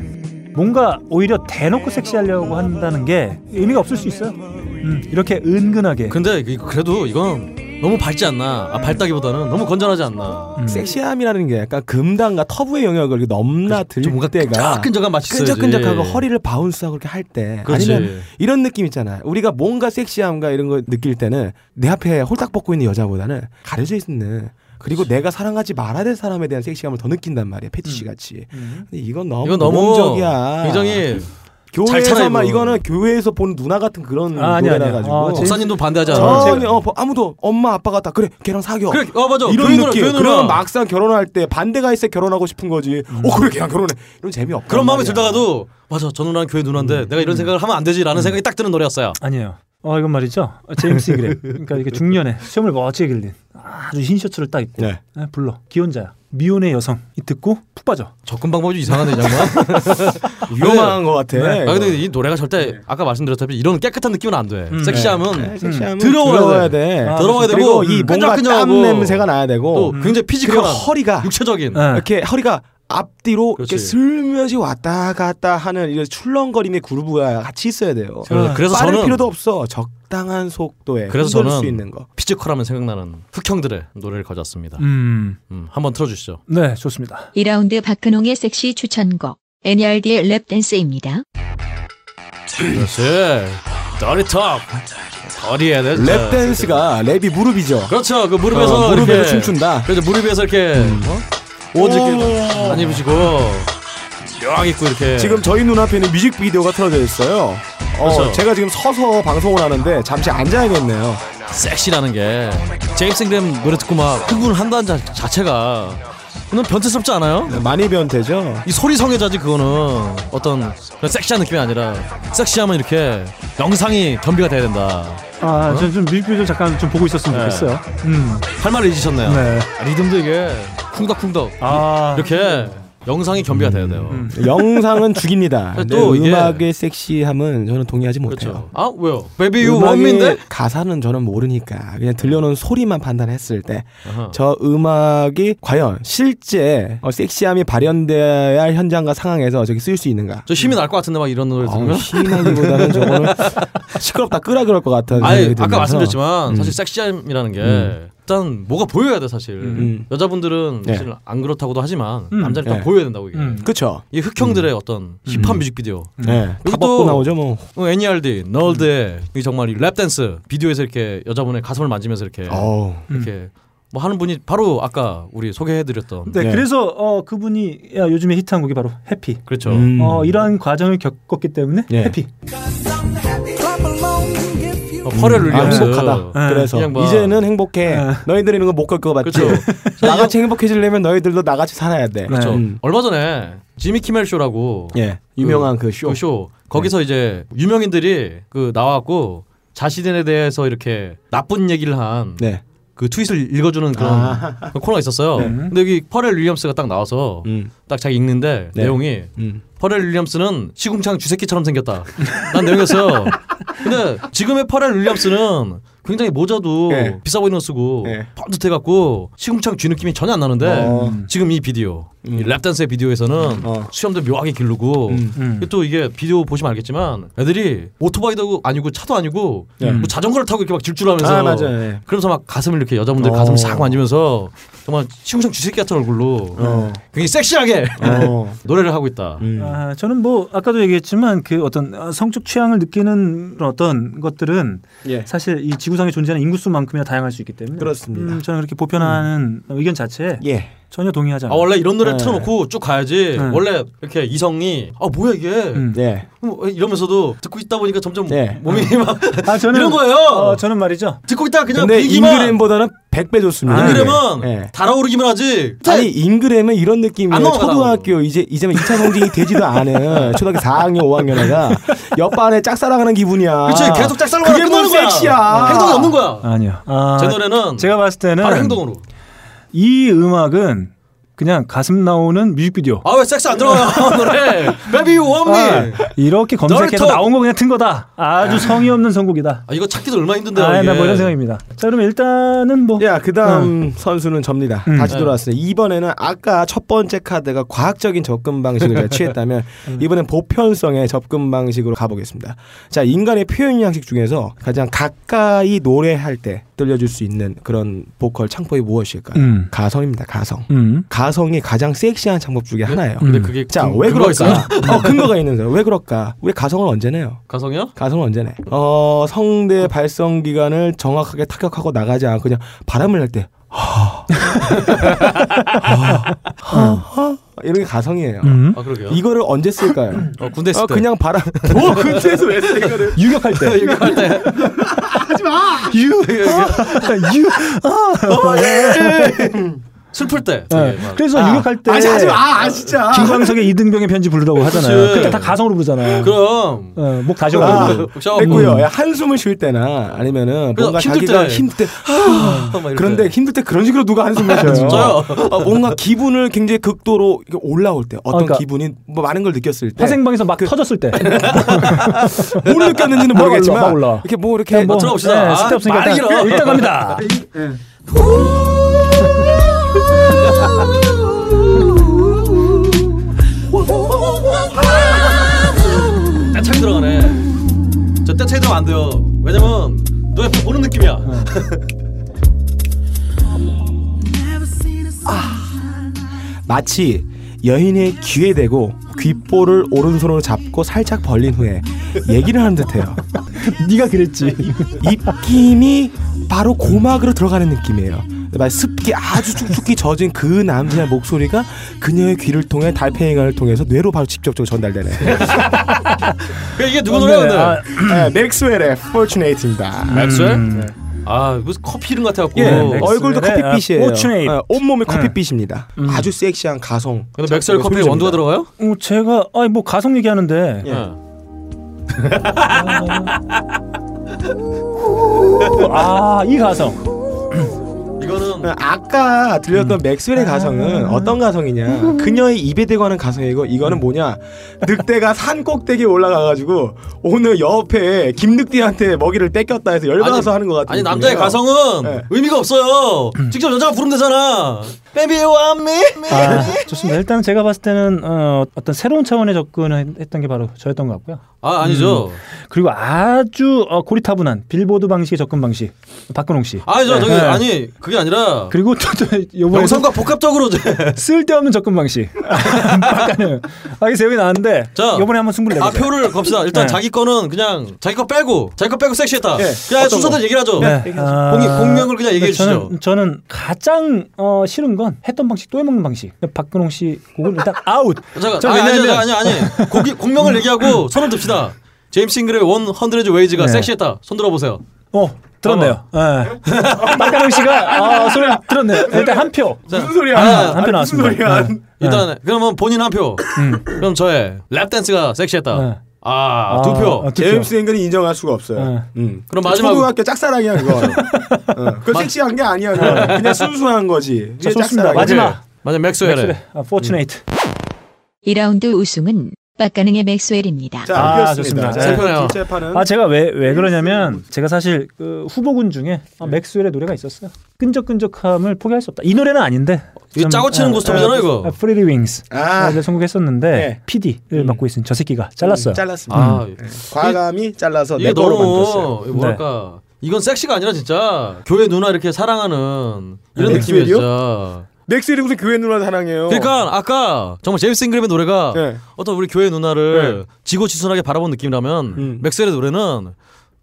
[SPEAKER 4] 뭔가 오히려 대놓고 섹시하려고 한다는 게 의미가 없을 수 있어요. 음, 이렇게 은근하게.
[SPEAKER 6] 근데 이- 그래도 이건 너무 밝지 않나. 아, 밝다기보다는 너무 건전하지 않나.
[SPEAKER 4] 음.
[SPEAKER 5] 섹시함이라는 게 약간 금단과 터부의 영역을 이렇게 넘나들
[SPEAKER 6] 그렇죠. 좀 뭔가
[SPEAKER 5] 때가
[SPEAKER 6] 끈적끈적한 맛이 있어야지.
[SPEAKER 5] 끈적끈적하고 허리를 바운스하고 그렇게 할 때
[SPEAKER 6] 그렇지.
[SPEAKER 5] 아니면 이런 느낌 있잖아. 우리가 뭔가 섹시함과 이런 걸 느낄 때는 내 앞에 홀딱 벗고 있는 여자보다는 가려져 있는 그리고 내가 사랑하지 말아야 될 사람에 대한 섹시함을 더 느낀단 말이야. 패티시 같이. 근데 이건 너무
[SPEAKER 6] 음. 이건 너무
[SPEAKER 5] 모범적이야.
[SPEAKER 6] 굉장히 잘
[SPEAKER 5] 교회에서만
[SPEAKER 6] 차려입어.
[SPEAKER 5] 이거는 교회에서 보는 누나 같은 그런
[SPEAKER 4] 아, 아니,
[SPEAKER 5] 노래라
[SPEAKER 4] 아니야.
[SPEAKER 5] 가지고
[SPEAKER 4] 아, 제-
[SPEAKER 6] 목사님도 반대하지 네. 않아.
[SPEAKER 4] 저-
[SPEAKER 5] 전혀 어, 아무도 엄마 아빠가 다 그래 걔랑 사겨.
[SPEAKER 6] 그래, 어 맞아.
[SPEAKER 5] 이런
[SPEAKER 6] 교회 누나,
[SPEAKER 5] 느낌.
[SPEAKER 6] 교회 누나.
[SPEAKER 5] 그러면 막상 결혼할 때 반대가 있어 결혼하고 싶은 거지. 어 그래 그냥 결혼해. 이런 재미 없.
[SPEAKER 6] 그런 마음이 들다가도 맞아 저 누나는 교회
[SPEAKER 5] 음.
[SPEAKER 6] 누나인데 내가 이런 생각을 하면 안 되지라는 생각이 딱 드는 노래였어요.
[SPEAKER 4] 아니에요. 어 이건 말이죠. 어, 제임스 그래. 그러니까 이렇게 중년에 수염을 멋지게 길린 아주 흰 셔츠를 딱 입고
[SPEAKER 5] 네.
[SPEAKER 4] 예, 불러 기혼자야 미혼의 여성 이 듣고 푹 빠져.
[SPEAKER 6] 접근 방법이 좀 이상하네 이 [laughs] 양반.
[SPEAKER 5] 위험한 것 같아.
[SPEAKER 6] 아
[SPEAKER 5] 이거. 네.
[SPEAKER 6] 근데 이 노래가 절대 아까 말씀드렸다시피 이런 깨끗한 느낌은 안 돼.
[SPEAKER 4] 음,
[SPEAKER 6] 섹시함은
[SPEAKER 5] 섹시함은
[SPEAKER 6] 들어와야
[SPEAKER 5] 들어와야
[SPEAKER 6] 돼.
[SPEAKER 5] 돼.
[SPEAKER 4] 아,
[SPEAKER 6] 들어와야 되고
[SPEAKER 5] 네.
[SPEAKER 6] 음.
[SPEAKER 5] 그리고 이 뭔가 땀
[SPEAKER 6] 끈적끈적하고
[SPEAKER 5] 냄새가 나야
[SPEAKER 6] 또
[SPEAKER 5] 되고 음.
[SPEAKER 6] 굉장히
[SPEAKER 5] 그리고
[SPEAKER 6] 피지컬한
[SPEAKER 5] 허리가
[SPEAKER 6] 육체적인.
[SPEAKER 4] 예.
[SPEAKER 5] 이렇게 허리가 앞뒤로
[SPEAKER 6] 그렇지.
[SPEAKER 5] 이렇게 슬며시 왔다 갔다 하는 이런 출렁거림의 그루브가 같이 있어야 돼요.
[SPEAKER 6] 네. 그래서- 그래서
[SPEAKER 5] 네. 빠를
[SPEAKER 6] 저는
[SPEAKER 5] 필요도 없어. 적당한 속도에
[SPEAKER 6] 그래서
[SPEAKER 5] 흔들
[SPEAKER 6] 저는
[SPEAKER 5] 수 있는 거.
[SPEAKER 6] 피지컬하면 생각나는 흑형들의 노래를 가져왔습니다.
[SPEAKER 4] 음.
[SPEAKER 6] 음, 한번 틀어주시죠.
[SPEAKER 4] 네 좋습니다.
[SPEAKER 3] 2라운드 박근홍의 섹시 E 추천곡 NERD의 랩 댄스입니다.
[SPEAKER 6] 그렇지. 더리톱 더리해야 돼 진짜.
[SPEAKER 5] 랩 댄스가 랩이 무릎이죠.
[SPEAKER 6] 그렇죠 그 무릎에서
[SPEAKER 5] 어, 무릎에서
[SPEAKER 6] 이렇게, 네.
[SPEAKER 5] 춤춘다.
[SPEAKER 6] 그래서 무릎에서 이렇게 어? 옷 이렇게 안 입으시고 쫙 입고 이렇게
[SPEAKER 5] 지금 저희 눈앞에는 뮤직비디오가 틀어져 있어요. 어,
[SPEAKER 6] 그렇죠.
[SPEAKER 5] 제가 지금 서서 방송을 하는데 잠시 앉아야겠네요.
[SPEAKER 6] 섹시라는 게 제임스 그램 노래 듣고 막 흥분한다는 자, 자체가 너무 변태스럽지 않아요?
[SPEAKER 5] 많이 변태죠.
[SPEAKER 6] 이 소리 성애자지 그거는 어떤 그런 섹시한 느낌이 아니라 섹시하면 이렇게 영상이 겸비가 돼야 된다
[SPEAKER 4] 아, 저는 좀 뮤직비디오 잠깐 좀 보고 있었으면
[SPEAKER 6] 네.
[SPEAKER 4] 좋겠어요. 음,
[SPEAKER 6] 할 말을 잊으셨네요
[SPEAKER 4] 네.
[SPEAKER 6] 아, 리듬도 이게 쿵덕쿵덕
[SPEAKER 4] 아,
[SPEAKER 6] 이렇게 영상이 겸비가 돼야 돼요
[SPEAKER 5] 음. 영상은 죽입니다. 근데
[SPEAKER 6] 또 이게-
[SPEAKER 5] 음악의 섹시함은 저는 동의하지 못해요.
[SPEAKER 6] 그렇죠 아 왜요? 베이비 유
[SPEAKER 5] 음악의
[SPEAKER 6] 원미인데?
[SPEAKER 5] 가사는 저는 모르니까 그냥 들려오는 소리만 판단했을 때
[SPEAKER 6] 아하.
[SPEAKER 5] 저 음악이 과연 실제 어, 섹시함이 발현돼야 할 현장과 상황에서 저기 쓰일 수 있는가?
[SPEAKER 6] 저 힘이 날 것 같은데 막 이런 노래
[SPEAKER 5] 음. 아우,
[SPEAKER 6] 들으면
[SPEAKER 5] 심하기보다는
[SPEAKER 6] [laughs]
[SPEAKER 5] 저거는 시끄럽다 끄라 그럴 것 같아요.
[SPEAKER 6] 아니 아까
[SPEAKER 5] 음.
[SPEAKER 6] 말씀드렸지만 사실 섹시함이라는 게 일단 뭐가 보여야 돼 사실
[SPEAKER 5] 음.
[SPEAKER 6] 여자분들은
[SPEAKER 5] 네.
[SPEAKER 6] 사실 안 그렇다고도 하지만
[SPEAKER 4] 음.
[SPEAKER 6] 남자는
[SPEAKER 5] 네.
[SPEAKER 6] 일단
[SPEAKER 5] 음.
[SPEAKER 6] 보여야 된다고 이게
[SPEAKER 4] 음.
[SPEAKER 5] 그렇죠.
[SPEAKER 6] 이 흑형들의 어떤 힙합 뮤직비디오
[SPEAKER 5] 네,
[SPEAKER 6] 여기
[SPEAKER 5] 다
[SPEAKER 6] 또-
[SPEAKER 5] 벗고 나오죠 뭐.
[SPEAKER 6] 어, NERD, 널드의 이 정말 이 랩댄스 비디오에서 이렇게 여자분의 가슴을 만지면서 이렇게
[SPEAKER 5] 어우.
[SPEAKER 6] 이렇게 뭐 하는 분이 바로 아까 우리 소개해드렸던
[SPEAKER 4] 네,
[SPEAKER 5] 네.
[SPEAKER 4] 그래서 어, 그분이 야, 요즘에 히트한 곡이 바로 해피.
[SPEAKER 6] 그렇죠
[SPEAKER 5] 음.
[SPEAKER 4] 어, 이러한 과정을 겪었기 때문에
[SPEAKER 5] 예.
[SPEAKER 4] 해피.
[SPEAKER 6] 어, 퍼렐
[SPEAKER 5] 아,
[SPEAKER 6] 윌리엄스
[SPEAKER 5] 행복하다.
[SPEAKER 4] 예.
[SPEAKER 5] 그래서
[SPEAKER 6] 그냥 뭐- 네.
[SPEAKER 5] 이제는 행복해.
[SPEAKER 4] 예.
[SPEAKER 5] 너희들 이런 거 못 걸 거 같지?
[SPEAKER 6] 그렇죠
[SPEAKER 5] [laughs] 나같이 행복해지려면 너희들도 나같이 살아야
[SPEAKER 4] 네.
[SPEAKER 5] 돼.
[SPEAKER 6] 그렇죠.
[SPEAKER 5] 음.
[SPEAKER 6] 얼마 전에 지미 키멜 쇼라고
[SPEAKER 5] 예, 유명한 그, 쇼. 네.
[SPEAKER 6] 그 쇼. 거기서 이제 유명인들이 그 나와갖고 자신에 대해서 이렇게 나쁜 얘기를 한 그
[SPEAKER 5] 네.
[SPEAKER 6] 트윗을 읽어주는 그런
[SPEAKER 5] 아.
[SPEAKER 6] 코너가 있었어요.
[SPEAKER 5] 네.
[SPEAKER 6] 근데 여기 퍼렐 윌리엄스가 딱 나와서
[SPEAKER 5] 음.
[SPEAKER 6] 딱 자기 읽는데
[SPEAKER 5] 네.
[SPEAKER 6] 내용이
[SPEAKER 5] 음.
[SPEAKER 6] 퍼렐 윌리엄스는 시궁창 쥐새끼처럼 생겼다. 난 내용이었어요. 근데 지금의 퍼렐 윌리엄스는 굉장히 모자도
[SPEAKER 5] 네.
[SPEAKER 6] 비싸 보이는 거 쓰고
[SPEAKER 5] 네.
[SPEAKER 6] 번듯해갖고 시궁창 쥐 느낌이 전혀 안 나는데
[SPEAKER 5] 어. 음.
[SPEAKER 6] 지금 이 비디오 이 랩댄스의 비디오에서는
[SPEAKER 5] 어.
[SPEAKER 6] 수염도 묘하게 기르고
[SPEAKER 5] 음.
[SPEAKER 4] 음.
[SPEAKER 6] 이게 또 이게 비디오 보시면 알겠지만 애들이 오토바이도 아니고 차도 아니고
[SPEAKER 5] 예.
[SPEAKER 6] 뭐 자전거를 타고 이렇게 막 질주하면서
[SPEAKER 5] 아 맞아요. 예.
[SPEAKER 6] 그러면서 막 가슴을 이렇게 여자분들
[SPEAKER 5] 어.
[SPEAKER 6] 가슴 싹 만지면서 정말 시궁창 쥐새끼 같은 얼굴로
[SPEAKER 5] 어.
[SPEAKER 6] 굉장히 섹시하게
[SPEAKER 5] 어.
[SPEAKER 6] 노래를 하고 있다.
[SPEAKER 5] 음.
[SPEAKER 4] 아, 저는 뭐 아까도 얘기했지만 그 어떤 어, 성적 취향을 느끼는 그런 어떤 것들은
[SPEAKER 5] 예.
[SPEAKER 4] 사실 이 지구상에 존재하는 인구수만큼이나 다양할 수 있기 때문에
[SPEAKER 5] 그렇습니다.
[SPEAKER 4] 음, 저는 그렇게 보편화하는 의견 자체에
[SPEAKER 5] 예.
[SPEAKER 4] 전혀 동의하지
[SPEAKER 6] 아
[SPEAKER 4] 않아요.
[SPEAKER 6] 원래 이런 노래 를
[SPEAKER 5] 네.
[SPEAKER 6] 틀어놓고 쭉 가야지
[SPEAKER 4] 네.
[SPEAKER 6] 원래 이렇게 이성이 아 뭐야 이게
[SPEAKER 4] 음.
[SPEAKER 5] 예.
[SPEAKER 6] 어, 이러면서도 듣고 있다 보니까 점점
[SPEAKER 5] 네.
[SPEAKER 6] 몸이 막
[SPEAKER 4] 아, 저는
[SPEAKER 6] 이런 거예요.
[SPEAKER 4] 어, 저는 말이죠.
[SPEAKER 6] 듣고 있다 가 그냥
[SPEAKER 5] 근데 뭐-
[SPEAKER 6] 비기만
[SPEAKER 5] 인그램보다는 100배 좋습니다.
[SPEAKER 4] 아,
[SPEAKER 6] 인그램은
[SPEAKER 5] 예.
[SPEAKER 6] 달아오르기만 하지.
[SPEAKER 5] 아니 인그램은 이런 느낌이에요.
[SPEAKER 6] 네. 안 넘어가,
[SPEAKER 5] 초등학교 이제 이제는 2차 성징이 되지도
[SPEAKER 6] [laughs]
[SPEAKER 5] 않은 초등학교 4학년 5학년 애가 옆반에 짝사랑하는 기분이야.
[SPEAKER 6] 그치 계속 짝살로만
[SPEAKER 5] 아, 그게
[SPEAKER 6] 끝나는
[SPEAKER 5] 뭔
[SPEAKER 6] 거야.
[SPEAKER 5] 섹시야.
[SPEAKER 6] 행동이 없는 거야.
[SPEAKER 4] 아니요. 아,
[SPEAKER 6] 제 노래는
[SPEAKER 4] 제가 봤을 때는
[SPEAKER 5] 네.
[SPEAKER 6] 바로 행동으로.
[SPEAKER 4] 이 음악은 그냥 가슴 나오는 뮤직비디오.
[SPEAKER 6] 아 왜 섹스 안 들어가요 [laughs] 노래? Baby you want me.
[SPEAKER 4] 아, 이렇게 검색해서
[SPEAKER 6] 네. 널 터-
[SPEAKER 4] 나온 거 그냥 튼 거다. 아주 성의 없는 선곡이다.
[SPEAKER 6] 아 이거 찾기도 얼마 힘든데요.
[SPEAKER 4] 아,
[SPEAKER 5] 네,
[SPEAKER 6] 이게.
[SPEAKER 4] 나 뭐 이런 생각입니다. 자, 그러면 일단은 뭐
[SPEAKER 5] 야, 그 다음 선수는 접니다.
[SPEAKER 4] 음.
[SPEAKER 5] 다시
[SPEAKER 6] 네.
[SPEAKER 5] 돌아왔어요. 이번에는 아까 첫 번째 카드가 과학적인 접근 방식을 제가
[SPEAKER 6] [laughs]
[SPEAKER 5] 취했다면 이번엔 보편성의 접근 방식으로 가보겠습니다. 자, 인간의 표현 양식 중에서 가장 가까이 노래할 때 들려줄 수 있는 그런 보컬 창법이 무엇일까요?
[SPEAKER 4] 음.
[SPEAKER 5] 가성입니다, 가성.
[SPEAKER 4] 음.
[SPEAKER 5] 가성이 가장 섹시한 창법 중에 하나예요.
[SPEAKER 6] 네. 근데
[SPEAKER 4] 음.
[SPEAKER 6] 그게
[SPEAKER 5] 자,
[SPEAKER 6] 근-
[SPEAKER 5] 왜 그럴까?
[SPEAKER 6] 근거가 있어요? [laughs] 네.
[SPEAKER 5] 어, 근거가 있는데 왜 그럴까? 우리 가성을 언제 내요?
[SPEAKER 6] 가성이요?
[SPEAKER 5] 가성은 언제네? 어 성대 발성 기관을 정확하게 타격하고 나가지 않고 그냥 바람을 낼 때.
[SPEAKER 6] [laughs]
[SPEAKER 5] 하. 하. 하. 이런 게 가성이에요.
[SPEAKER 4] 음.
[SPEAKER 6] 아 그러게요.
[SPEAKER 5] 이거를 언제 쓸까요?
[SPEAKER 6] 어, 군대 있을
[SPEAKER 5] 어,
[SPEAKER 6] 때.
[SPEAKER 5] 그냥 네. 바람. 뭐 근처에서 왜 쓰? 이거를 유격할 때.
[SPEAKER 6] [laughs] 이거 할 때.
[SPEAKER 5] [laughs]
[SPEAKER 6] 하지 마.
[SPEAKER 4] 아, 유-
[SPEAKER 5] 어, 네.
[SPEAKER 6] [laughs] 슬플 때.
[SPEAKER 4] 네.
[SPEAKER 6] 되게 막
[SPEAKER 4] 그래서
[SPEAKER 5] 아.
[SPEAKER 4] 유격할 때
[SPEAKER 5] 아니, 하지 마. 아, 진짜.
[SPEAKER 4] 김광석의 이등병의 편지 부르라고 하잖아요.
[SPEAKER 6] 그치.
[SPEAKER 4] 그때 다 가성으로 부르잖아요.
[SPEAKER 6] 그럼 네.
[SPEAKER 4] 어, 목 다시
[SPEAKER 5] 아,
[SPEAKER 4] 올라오고.
[SPEAKER 6] 그쵸?
[SPEAKER 5] 했고요. 야, 한숨을 쉴 때나 아니면은
[SPEAKER 6] 음. 그래서
[SPEAKER 5] 뭔가
[SPEAKER 6] 힘들
[SPEAKER 5] 자기가
[SPEAKER 6] 때.
[SPEAKER 5] 힘들 때 아, [laughs]
[SPEAKER 6] 막 음. 이렇게.
[SPEAKER 5] 그런데 힘들 때 그런 식으로 누가 한숨을 쉬어요.
[SPEAKER 6] 진짜요?
[SPEAKER 5] 어, 뭔가 기분을 굉장히 극도로 이렇게 올라올 때
[SPEAKER 6] 아,
[SPEAKER 5] 어떤
[SPEAKER 4] 그러니까
[SPEAKER 5] 기분이 뭐 많은 걸 느꼈을 때
[SPEAKER 4] 화생방에서 막 터졌을 때.
[SPEAKER 5] 뭘 느꼈는지는
[SPEAKER 4] 막 올라,
[SPEAKER 5] 모르겠지만
[SPEAKER 4] 막 올라.
[SPEAKER 5] 이렇게 뭐 이렇게
[SPEAKER 4] 그냥 뭐,
[SPEAKER 6] 들어봅시다.
[SPEAKER 4] 네,
[SPEAKER 6] 아,
[SPEAKER 4] 스텝 없으니까
[SPEAKER 6] 말이
[SPEAKER 4] 일단,
[SPEAKER 6] 길어.
[SPEAKER 4] 일단 갑니다.
[SPEAKER 6] 떼창이 들어가네. 저 떼창이 들어가면 안 돼요. 왜냐면 너 옆에 보는 느낌이야.
[SPEAKER 5] 어. 마치 여인의 귀에 대고 귓볼을 오른손으로 잡고 살짝 벌린 후에 얘기를 하는 듯해요.
[SPEAKER 4] [laughs] 네가 그랬지.
[SPEAKER 5] 입김이 바로 고막으로 들어가는 느낌이에요. 막 습기 아주 축축히 젖은 그 남자의 목소리가 그녀의 귀를 통해 달팽이관을 통해서 뇌로 바로 직접적으로 전달되네.
[SPEAKER 6] 야, 이게 누구 노래야
[SPEAKER 4] 아,
[SPEAKER 6] 근데?
[SPEAKER 5] 어, 네, 음. 맥스웰의 Fortunate입니다.
[SPEAKER 6] 맥스웰?
[SPEAKER 4] 음.
[SPEAKER 6] 아 무슨 커피 이름 같아갖고
[SPEAKER 4] 예,
[SPEAKER 6] 어.
[SPEAKER 4] 맥스-
[SPEAKER 5] 얼굴도
[SPEAKER 4] 맥스웰의
[SPEAKER 5] 커피빛이에요.
[SPEAKER 4] Fortunate.
[SPEAKER 5] 네, 온몸이 커피빛입니다. 아주 섹시한 가성.
[SPEAKER 6] 음. 근데 맥스웰
[SPEAKER 5] 참,
[SPEAKER 6] 커피에
[SPEAKER 5] 소리집니다.
[SPEAKER 6] 원두가 들어가요?
[SPEAKER 4] 어, 제가 아니 뭐 가성 얘기하는데
[SPEAKER 5] 예.
[SPEAKER 6] 예.
[SPEAKER 4] 아이 가성.
[SPEAKER 6] 이거는
[SPEAKER 5] 어, 아까 들렸던
[SPEAKER 6] 음.
[SPEAKER 5] 맥스웰의 가성은 어떤 가성이냐? 그녀의 입에 대고 하는 가성이고 이거는
[SPEAKER 6] 음.
[SPEAKER 5] 뭐냐? 늑대가 산 꼭대기에 올라가가지고 오늘 옆에 김늑대한테 먹이를 뺏겼다 해서 열받아서 하는 것 같아요.
[SPEAKER 6] 아니 남자의 가성은
[SPEAKER 5] 네.
[SPEAKER 6] 의미가 없어요.
[SPEAKER 4] 음.
[SPEAKER 6] 직접 여자가 부르면 되잖아. Baby you want me?
[SPEAKER 4] 아, 좋습니다. 일단 제가 봤을 때는 어, 어떤 새로운 차원의 접근했던 게 바로 저였던 것 같고요.
[SPEAKER 6] 아
[SPEAKER 4] 음.
[SPEAKER 6] 아니죠.
[SPEAKER 4] 그리고 아주 어, 고리타분한 빌보드 방식의 접근 방식 박근홍 씨.
[SPEAKER 6] 아니죠. 저기
[SPEAKER 4] 네.
[SPEAKER 6] 아니 그게 아니라
[SPEAKER 4] 그리고 또 요번에
[SPEAKER 6] 영상과
[SPEAKER 4] [laughs]
[SPEAKER 6] 복합적으로 이제
[SPEAKER 4] 쓸데없는 접근 방식. [laughs] 박근홍. 아 이게 제목이 나왔는데
[SPEAKER 6] 자,
[SPEAKER 4] 요번에 한번 승부를
[SPEAKER 6] 아
[SPEAKER 4] 내보자.
[SPEAKER 6] 표를 겁시다. 일단
[SPEAKER 4] 네.
[SPEAKER 6] 자기 거는 그냥 자기 거 빼고 자기 거 빼고 섹시했다.
[SPEAKER 5] 예,
[SPEAKER 6] 그냥
[SPEAKER 5] 어떤
[SPEAKER 6] 순서대로
[SPEAKER 5] 거?
[SPEAKER 6] 얘기를 하죠.
[SPEAKER 4] 아,
[SPEAKER 6] 공이- 공명을 그냥 얘기해
[SPEAKER 4] 저는-
[SPEAKER 6] 주시죠.
[SPEAKER 4] 저는 가장 어, 싫은 건 했던 방식 또 해먹는 방식. 박근홍 씨 곡을 일단 아웃.
[SPEAKER 6] 잠깐
[SPEAKER 4] 저
[SPEAKER 6] 아니, 아니
[SPEAKER 4] 왜냐면- 음. [laughs]
[SPEAKER 6] 아니 아니 고기, 공명을 얘기하고 손을 듭시다. 제임스 잉글의 원 헌드레즈 웨이즈가
[SPEAKER 4] 네.
[SPEAKER 6] 섹시했다. 손 들어보세요.
[SPEAKER 4] 어 들었네요.
[SPEAKER 6] [laughs]
[SPEAKER 4] 예. 박근홍 씨가 아, 소리를 들었네요. 일단 한 표.
[SPEAKER 6] 무슨
[SPEAKER 5] 소리야?
[SPEAKER 4] 한, 한
[SPEAKER 5] 아니,
[SPEAKER 4] 표
[SPEAKER 5] 무슨
[SPEAKER 4] 나왔습니다.
[SPEAKER 5] 소리야?
[SPEAKER 4] 예.
[SPEAKER 6] 네. 일단 그러면 본인 한 표. 그럼 저의 랩 댄스가 섹시했다.
[SPEAKER 4] 음. 네.
[SPEAKER 6] 아 두
[SPEAKER 4] 아,
[SPEAKER 6] 표.
[SPEAKER 4] 아, 두 표.
[SPEAKER 5] 제임스 앵글이 인정할 수가 없어요.
[SPEAKER 4] 네.
[SPEAKER 5] 음.
[SPEAKER 6] 그럼 마지막으로-
[SPEAKER 5] 초등학교 짝사랑이야 그거.
[SPEAKER 4] [laughs]
[SPEAKER 5] 어, 그거 섹시한 게 아니야. 그거. 그냥 순수한 거지.
[SPEAKER 4] 네. 자,
[SPEAKER 5] 이게
[SPEAKER 4] 좋습니다.
[SPEAKER 5] 짝사랑이야. 네.
[SPEAKER 4] 마지막.
[SPEAKER 6] 맞아 네. 맥스웰의
[SPEAKER 4] 맥스웰의 아, 포츠네이트.
[SPEAKER 3] 2라운드 우승은 빡가능의 맥스웰입니다.
[SPEAKER 5] 자,
[SPEAKER 4] 아,
[SPEAKER 5] 이겼습니다.
[SPEAKER 4] 좋습니다.
[SPEAKER 5] 자,
[SPEAKER 6] 슬프네요.
[SPEAKER 5] 둘째 판은
[SPEAKER 4] 아 제가 왜 왜 그러냐면 제가 사실 그 후보군 중에 아,
[SPEAKER 5] 네.
[SPEAKER 4] 맥스웰의 노래가 있었어요. 끈적끈적함을 포기할 수 없다. 이 노래는 아닌데. 예.
[SPEAKER 6] 이거 짜고 치는 고스톱이잖아 이거.
[SPEAKER 4] 프리리 윙스.
[SPEAKER 5] 아.
[SPEAKER 4] 를 선곡했었는데
[SPEAKER 5] 네. 음,
[SPEAKER 4] PD를 맡고 있은 저 새끼가 잘랐어요.
[SPEAKER 5] 잘랐습니다.
[SPEAKER 6] 음. 아
[SPEAKER 5] 과감히 잘라서
[SPEAKER 7] 네,
[SPEAKER 5] 내
[SPEAKER 6] 이게
[SPEAKER 5] 거로 만들었어요.
[SPEAKER 6] 너무 이거 뭐랄까 이건 섹시가 아니라 진짜 교회 누나 이렇게 사랑하는 이런
[SPEAKER 5] 네.
[SPEAKER 6] 느낌이야
[SPEAKER 5] 엑스웰이요?
[SPEAKER 6] 진짜.
[SPEAKER 5] 맥스웰이 무슨 교회 누나 사랑해요.
[SPEAKER 6] 그러니까 아까 정말 제임스 잉그램의 노래가
[SPEAKER 5] 네.
[SPEAKER 6] 어떤 우리 교회 누나를 지고지순하게 바라본 느낌이라면
[SPEAKER 5] 음.
[SPEAKER 6] 맥스웰의 노래는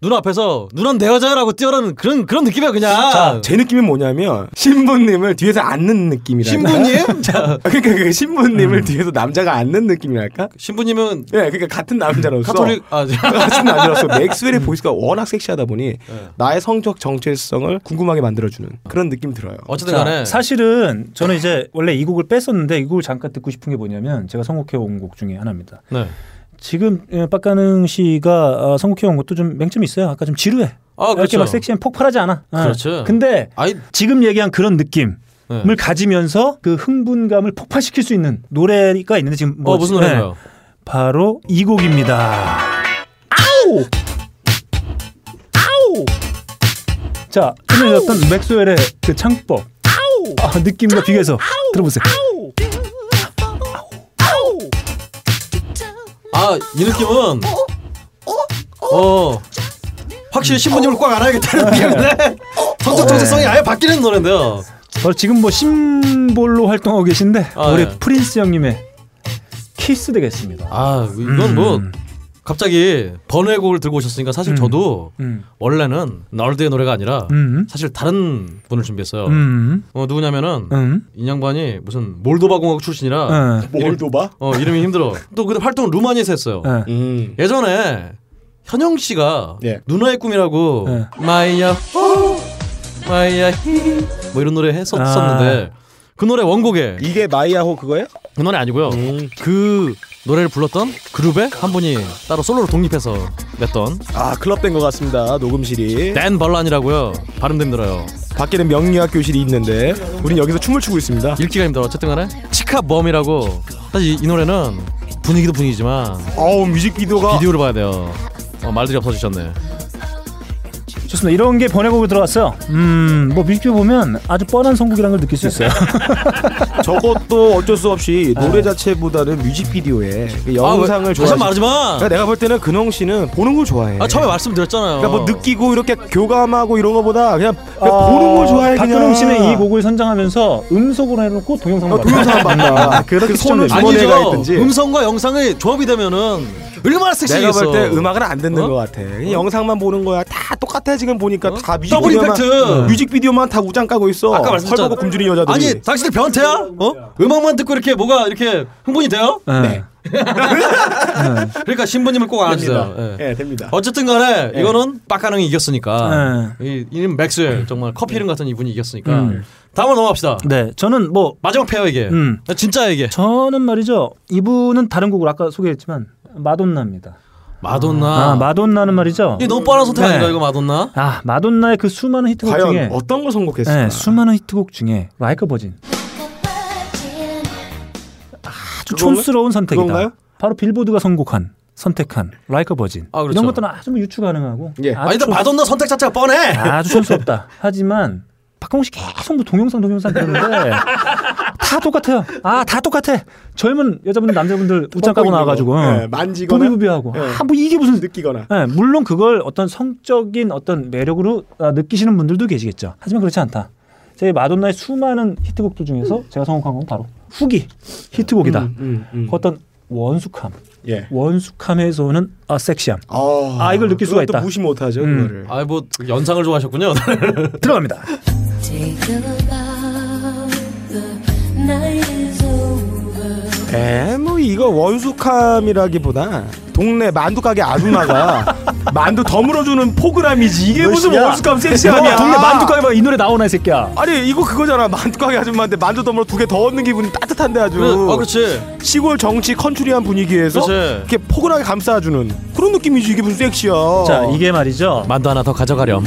[SPEAKER 6] 누나 앞에서 누난 내 여자라고 뛰어라는 그런 그런 느낌이야 그냥.
[SPEAKER 5] 자, 제 느낌은 뭐냐면 신부님을 뒤에서 앉는 느낌이랄까.
[SPEAKER 6] 신부님? 음. 자,
[SPEAKER 5] [laughs] 그러니까 그 신부님을 뒤에서 남자가 앉는 느낌이랄까.
[SPEAKER 6] 신부님은
[SPEAKER 5] 예, 그러니까 같은 남자로서
[SPEAKER 6] 카톨릭
[SPEAKER 5] [laughs]
[SPEAKER 6] 아
[SPEAKER 5] 같은 남자로서 맥스웰의 보이스가 워낙 섹시하다 보니
[SPEAKER 6] 음.
[SPEAKER 5] 나의 성적 정체성을 궁금하게 만들어주는 그런 느낌 들어요.
[SPEAKER 6] 어쨌든
[SPEAKER 4] 자,
[SPEAKER 6] 간에
[SPEAKER 4] 아, 사실은 저는 이제 원래 이 곡을 뺐었는데 이 곡을 잠깐 듣고 싶은 게 뭐냐면 제가 선곡해 온 곡 중에 하나입니다.
[SPEAKER 6] 네.
[SPEAKER 4] 지금 예, 빡가능 씨가 어, 선곡해 온 것도 좀 맹점이 있어요. 아까 좀 지루해.
[SPEAKER 6] 아
[SPEAKER 4] 이렇게
[SPEAKER 6] 그렇죠.
[SPEAKER 4] 막 섹시한 폭발하지 않아. 예.
[SPEAKER 6] 그렇죠.
[SPEAKER 4] 근데
[SPEAKER 6] 아이
[SPEAKER 4] 지금 얘기한 그런 느낌을
[SPEAKER 6] 네.
[SPEAKER 4] 가지면서 그 흥분감을 폭발시킬 수 있는 노래가 있는데 지금 뭐
[SPEAKER 6] 어 무슨
[SPEAKER 4] 네.
[SPEAKER 6] 노래인가요?
[SPEAKER 4] 바로 이 곡입니다. 아우! 아우! 자, 전에 어떤 맥스웰의 그 창법. 아우! 아, 느낌과 비교해서 들어보세요.
[SPEAKER 6] 아 이 느낌은 어 확실히 신부님을 꽉
[SPEAKER 4] 어.
[SPEAKER 6] 안아야겠다는 느낌인데 성적 정체성이 아예 바뀌는 노래인데요.
[SPEAKER 4] 바로 지금 뭐 심볼로 활동하고 계신데
[SPEAKER 6] 아,
[SPEAKER 4] 우리
[SPEAKER 6] 예.
[SPEAKER 4] 프린스 형님의 키스 되겠습니다.
[SPEAKER 6] 아 이건 뭐 갑자기 번외곡을 들고 오셨으니까 사실 저도
[SPEAKER 4] 음. 음.
[SPEAKER 6] 원래는 널드의 노래가 아니라
[SPEAKER 4] 음.
[SPEAKER 6] 사실 다른 분을 준비했어요.
[SPEAKER 4] 음.
[SPEAKER 6] 어 누구냐면은
[SPEAKER 4] 음.
[SPEAKER 6] 인양반이 무슨 몰도바 공화국 출신이라
[SPEAKER 4] 어.
[SPEAKER 5] 몰도바?
[SPEAKER 6] 어 이름이 힘들어. 또 근데 활동을 루마니아에서 했어요.
[SPEAKER 4] 어.
[SPEAKER 5] 음.
[SPEAKER 6] 예전에 현영 씨가
[SPEAKER 5] 예.
[SPEAKER 6] 누나의 꿈이라고
[SPEAKER 4] 예.
[SPEAKER 6] 마이야 마이야 뭐 이런 노래
[SPEAKER 5] 아.
[SPEAKER 6] 했었었는데 그 노래 원곡에
[SPEAKER 5] 이게 마이야호 그거예요?
[SPEAKER 6] 그 노래 아니고요
[SPEAKER 5] 음.
[SPEAKER 6] 그 노래를 불렀던 그룹에 한 분이 따로 솔로로 독립해서 냈던
[SPEAKER 5] 아 클럽 된 것 같습니다. 녹음실이
[SPEAKER 6] 댄 벌란이라고요 발음도 힘들어요
[SPEAKER 5] 밖에는 명리학 교실이 있는데 우린 여기서 춤을 추고 있습니다.
[SPEAKER 6] 읽기가 힘들어 어쨌든 간에 치카범이라고 사실 이, 이 노래는 분위기도 분위기지만
[SPEAKER 5] 어우 뮤직비디오가
[SPEAKER 6] 비디오를 봐야 돼요 어, 말들이 없어지셨네
[SPEAKER 4] 좋습니다. 이런 게 번외곡으로 들어왔어요. 음, 뭐 뮤직비디오 보면 아주 뻔한 선곡이라는 걸 느낄 수 있어요.
[SPEAKER 5] 저것도 어쩔 수 없이 노래 자체보다는 뮤직비디오에 그
[SPEAKER 6] 아,
[SPEAKER 5] 영상을
[SPEAKER 6] 왜-
[SPEAKER 5] 좋아하시
[SPEAKER 6] 다시 말하지 마.
[SPEAKER 5] 그러니까 내가 볼 때는 근홍 씨는 보는 걸 좋아해.
[SPEAKER 6] 아 처음에 어. 말씀드렸잖아요.
[SPEAKER 5] 그러니까 뭐 느끼고 이렇게 교감하고 이런 거보다 그냥, 그냥
[SPEAKER 4] 아,
[SPEAKER 5] 보는 걸 좋아해.
[SPEAKER 4] 박근홍
[SPEAKER 5] 그냥.
[SPEAKER 4] 씨는 이 곡을 선정하면서 음속으로 해놓고 동영상만
[SPEAKER 5] 어,
[SPEAKER 4] 봤다.
[SPEAKER 5] 동영상 봤다. 그렇게
[SPEAKER 4] 손을
[SPEAKER 5] 손을 주머니에 가
[SPEAKER 6] 아니죠.
[SPEAKER 5] 있든지.
[SPEAKER 6] 음성과 영상이 조합이 되면은 얼마나
[SPEAKER 5] 내가
[SPEAKER 6] 섹시해서.
[SPEAKER 5] 볼 때 음악은 안 듣는
[SPEAKER 6] 어?
[SPEAKER 5] 것 같아. 그냥 영상만 보는 거야. 다 똑같아 지금 보니까 다
[SPEAKER 6] 더블
[SPEAKER 5] 뮤직비디오만 어.
[SPEAKER 6] 임팩트.
[SPEAKER 5] 뮤직비디오만 다 우장 까고 있어.
[SPEAKER 6] 아까 말씀드렸잖아.
[SPEAKER 5] 헐벗고 굶주린 여자들이.
[SPEAKER 6] 아니 당신들 변태야? 어? 음악만 듣고 이렇게 뭐가 이렇게 흥분이 돼요?
[SPEAKER 4] 네.
[SPEAKER 6] 그러니까 신부님을 꼭 알아주세요. 예.
[SPEAKER 5] 예, 됩니다.
[SPEAKER 6] 어쨌든 간에 이거는 빡가능이 이겼으니까
[SPEAKER 5] 예.
[SPEAKER 6] 이 이름 맥스웰 정말 커피 이름 같은 이분이 이겼으니까
[SPEAKER 4] 음.
[SPEAKER 6] 다음으로 넘어갑시다.
[SPEAKER 4] 네, 저는 뭐
[SPEAKER 6] 마지막 페어 이게
[SPEAKER 4] 음.
[SPEAKER 6] 진짜 이게
[SPEAKER 4] 저는 말이죠. 이분은 다른 곡을 아까 소개했지만 마돈나입니다.
[SPEAKER 6] 마돈나.
[SPEAKER 4] 아, 마돈나는 말이죠.
[SPEAKER 6] 이게 너무 빠른 선택
[SPEAKER 4] 네.
[SPEAKER 6] 아닌가 이거 마돈나?
[SPEAKER 4] 아, 마돈나의 그 수많은 히트곡
[SPEAKER 5] 과연
[SPEAKER 4] 중에
[SPEAKER 5] 어떤 걸 선곡했을까?
[SPEAKER 4] 네, 수많은 히트곡 중에 라이크 버진 아주
[SPEAKER 5] 그건가요?
[SPEAKER 4] 촌스러운 선택이다.
[SPEAKER 5] 그건가요?
[SPEAKER 4] 바로 빌보드가 선곡한 선택한 라이크 버진
[SPEAKER 6] 아, 그렇죠.
[SPEAKER 4] 이런 것들은 아주 뭐 유추 가능하고
[SPEAKER 5] 예.
[SPEAKER 6] 아, 일단
[SPEAKER 4] 촌-
[SPEAKER 6] 마돈나 선택 자체가 뻔해.
[SPEAKER 4] 아주 촌스럽다. 하지만 박홍 씨 계속 뭐 동영상 동영상 그러는데 다 똑같아요. 아 다 똑같아. 젊은 여자분들 남자분들 우짱 까고
[SPEAKER 5] 있는
[SPEAKER 4] 나와가지고
[SPEAKER 5] 거.
[SPEAKER 4] 응.
[SPEAKER 5] 예, 만지거나
[SPEAKER 4] 부비부비하고
[SPEAKER 5] 예.
[SPEAKER 4] 아 뭐 이게 무슨
[SPEAKER 5] 느끼거나.
[SPEAKER 4] 예, 물론 그걸 어떤 성적인 어떤 매력으로 아, 느끼시는 분들도 계시겠죠. 하지만 그렇지 않다. 제 마돈나의 수많은 히트곡들 중에서 제가 선곡한 건 바로 후기 히트곡이다.
[SPEAKER 5] 음, 음.
[SPEAKER 4] 그 어떤 원숙함,
[SPEAKER 5] 예.
[SPEAKER 4] 원숙함에서 오는 아, 섹시함
[SPEAKER 5] 아,
[SPEAKER 4] 아, 이걸 느낄 수가
[SPEAKER 5] 그것도
[SPEAKER 4] 있다.
[SPEAKER 5] 무시 못하죠
[SPEAKER 4] 음.
[SPEAKER 5] 그거를.
[SPEAKER 6] 아뭐 연상을 좋아하셨군요. [laughs]
[SPEAKER 4] 들어갑니다. 음.
[SPEAKER 5] 에, 뭐 이거 원숙함이라기보다 동네 만두 가게 아줌마가
[SPEAKER 4] [laughs]
[SPEAKER 5] 만두 더 물어주는 포그램이지 이게 무슨
[SPEAKER 4] 야,
[SPEAKER 5] 원숙함
[SPEAKER 4] 너
[SPEAKER 5] 섹시함이야.
[SPEAKER 4] 어, 동네 만두가게 막이 노래 나오나 이 새끼야.
[SPEAKER 5] 아니 이거 그거잖아 만두 가게 아줌마한테 만두 더 물어 두 개 더 얻는 기분이 따뜻한데 아주.
[SPEAKER 6] 아 그렇지. 네.
[SPEAKER 5] 시골 정치 컨트리한 분위기에서
[SPEAKER 6] 그렇지.
[SPEAKER 5] 이렇게 포근하게 감싸주는 그런 느낌이지 이게 [laughs] 무슨 섹시야.
[SPEAKER 4] 자 이게 말이죠.
[SPEAKER 6] 만두 하나 더 가져가렴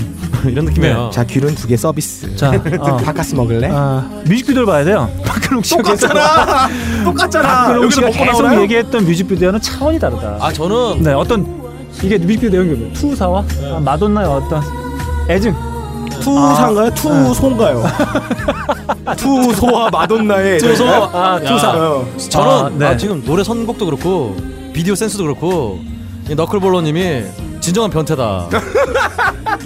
[SPEAKER 6] 이런 느낌이에요.
[SPEAKER 5] 자 귤은 두 개 서비스. [laughs]
[SPEAKER 4] 자, 어.
[SPEAKER 5] 바카스 먹을래?
[SPEAKER 4] 아, 뮤직비디오를 봐야 돼요. 박근홍 씨가
[SPEAKER 5] [laughs] 똑같잖아. 똑같잖아.
[SPEAKER 4] 박근홍 씨가
[SPEAKER 5] 여기서 먹고
[SPEAKER 4] 계속
[SPEAKER 5] 나오나요?
[SPEAKER 4] 얘기했던 뮤직비디오는 차원이 다르다.
[SPEAKER 6] 아 저는
[SPEAKER 4] 네, 어떤 이게 뮤직비디오 내용이 뭐예요? 투사와
[SPEAKER 5] 네.
[SPEAKER 4] 아, 마돈나의 어떤 애증.
[SPEAKER 5] 투사인가요? 투소인가요? 아. 네. [laughs] 투소와 마돈나의
[SPEAKER 6] 투소.
[SPEAKER 4] 네?
[SPEAKER 5] 아, 투사. 어.
[SPEAKER 6] 저는
[SPEAKER 4] 아,
[SPEAKER 6] 아,
[SPEAKER 4] 네.
[SPEAKER 6] 지금 노래 선곡도 그렇고 비디오 센스도 그렇고 이 너클볼러님이 진정한 [laughs] 변태다.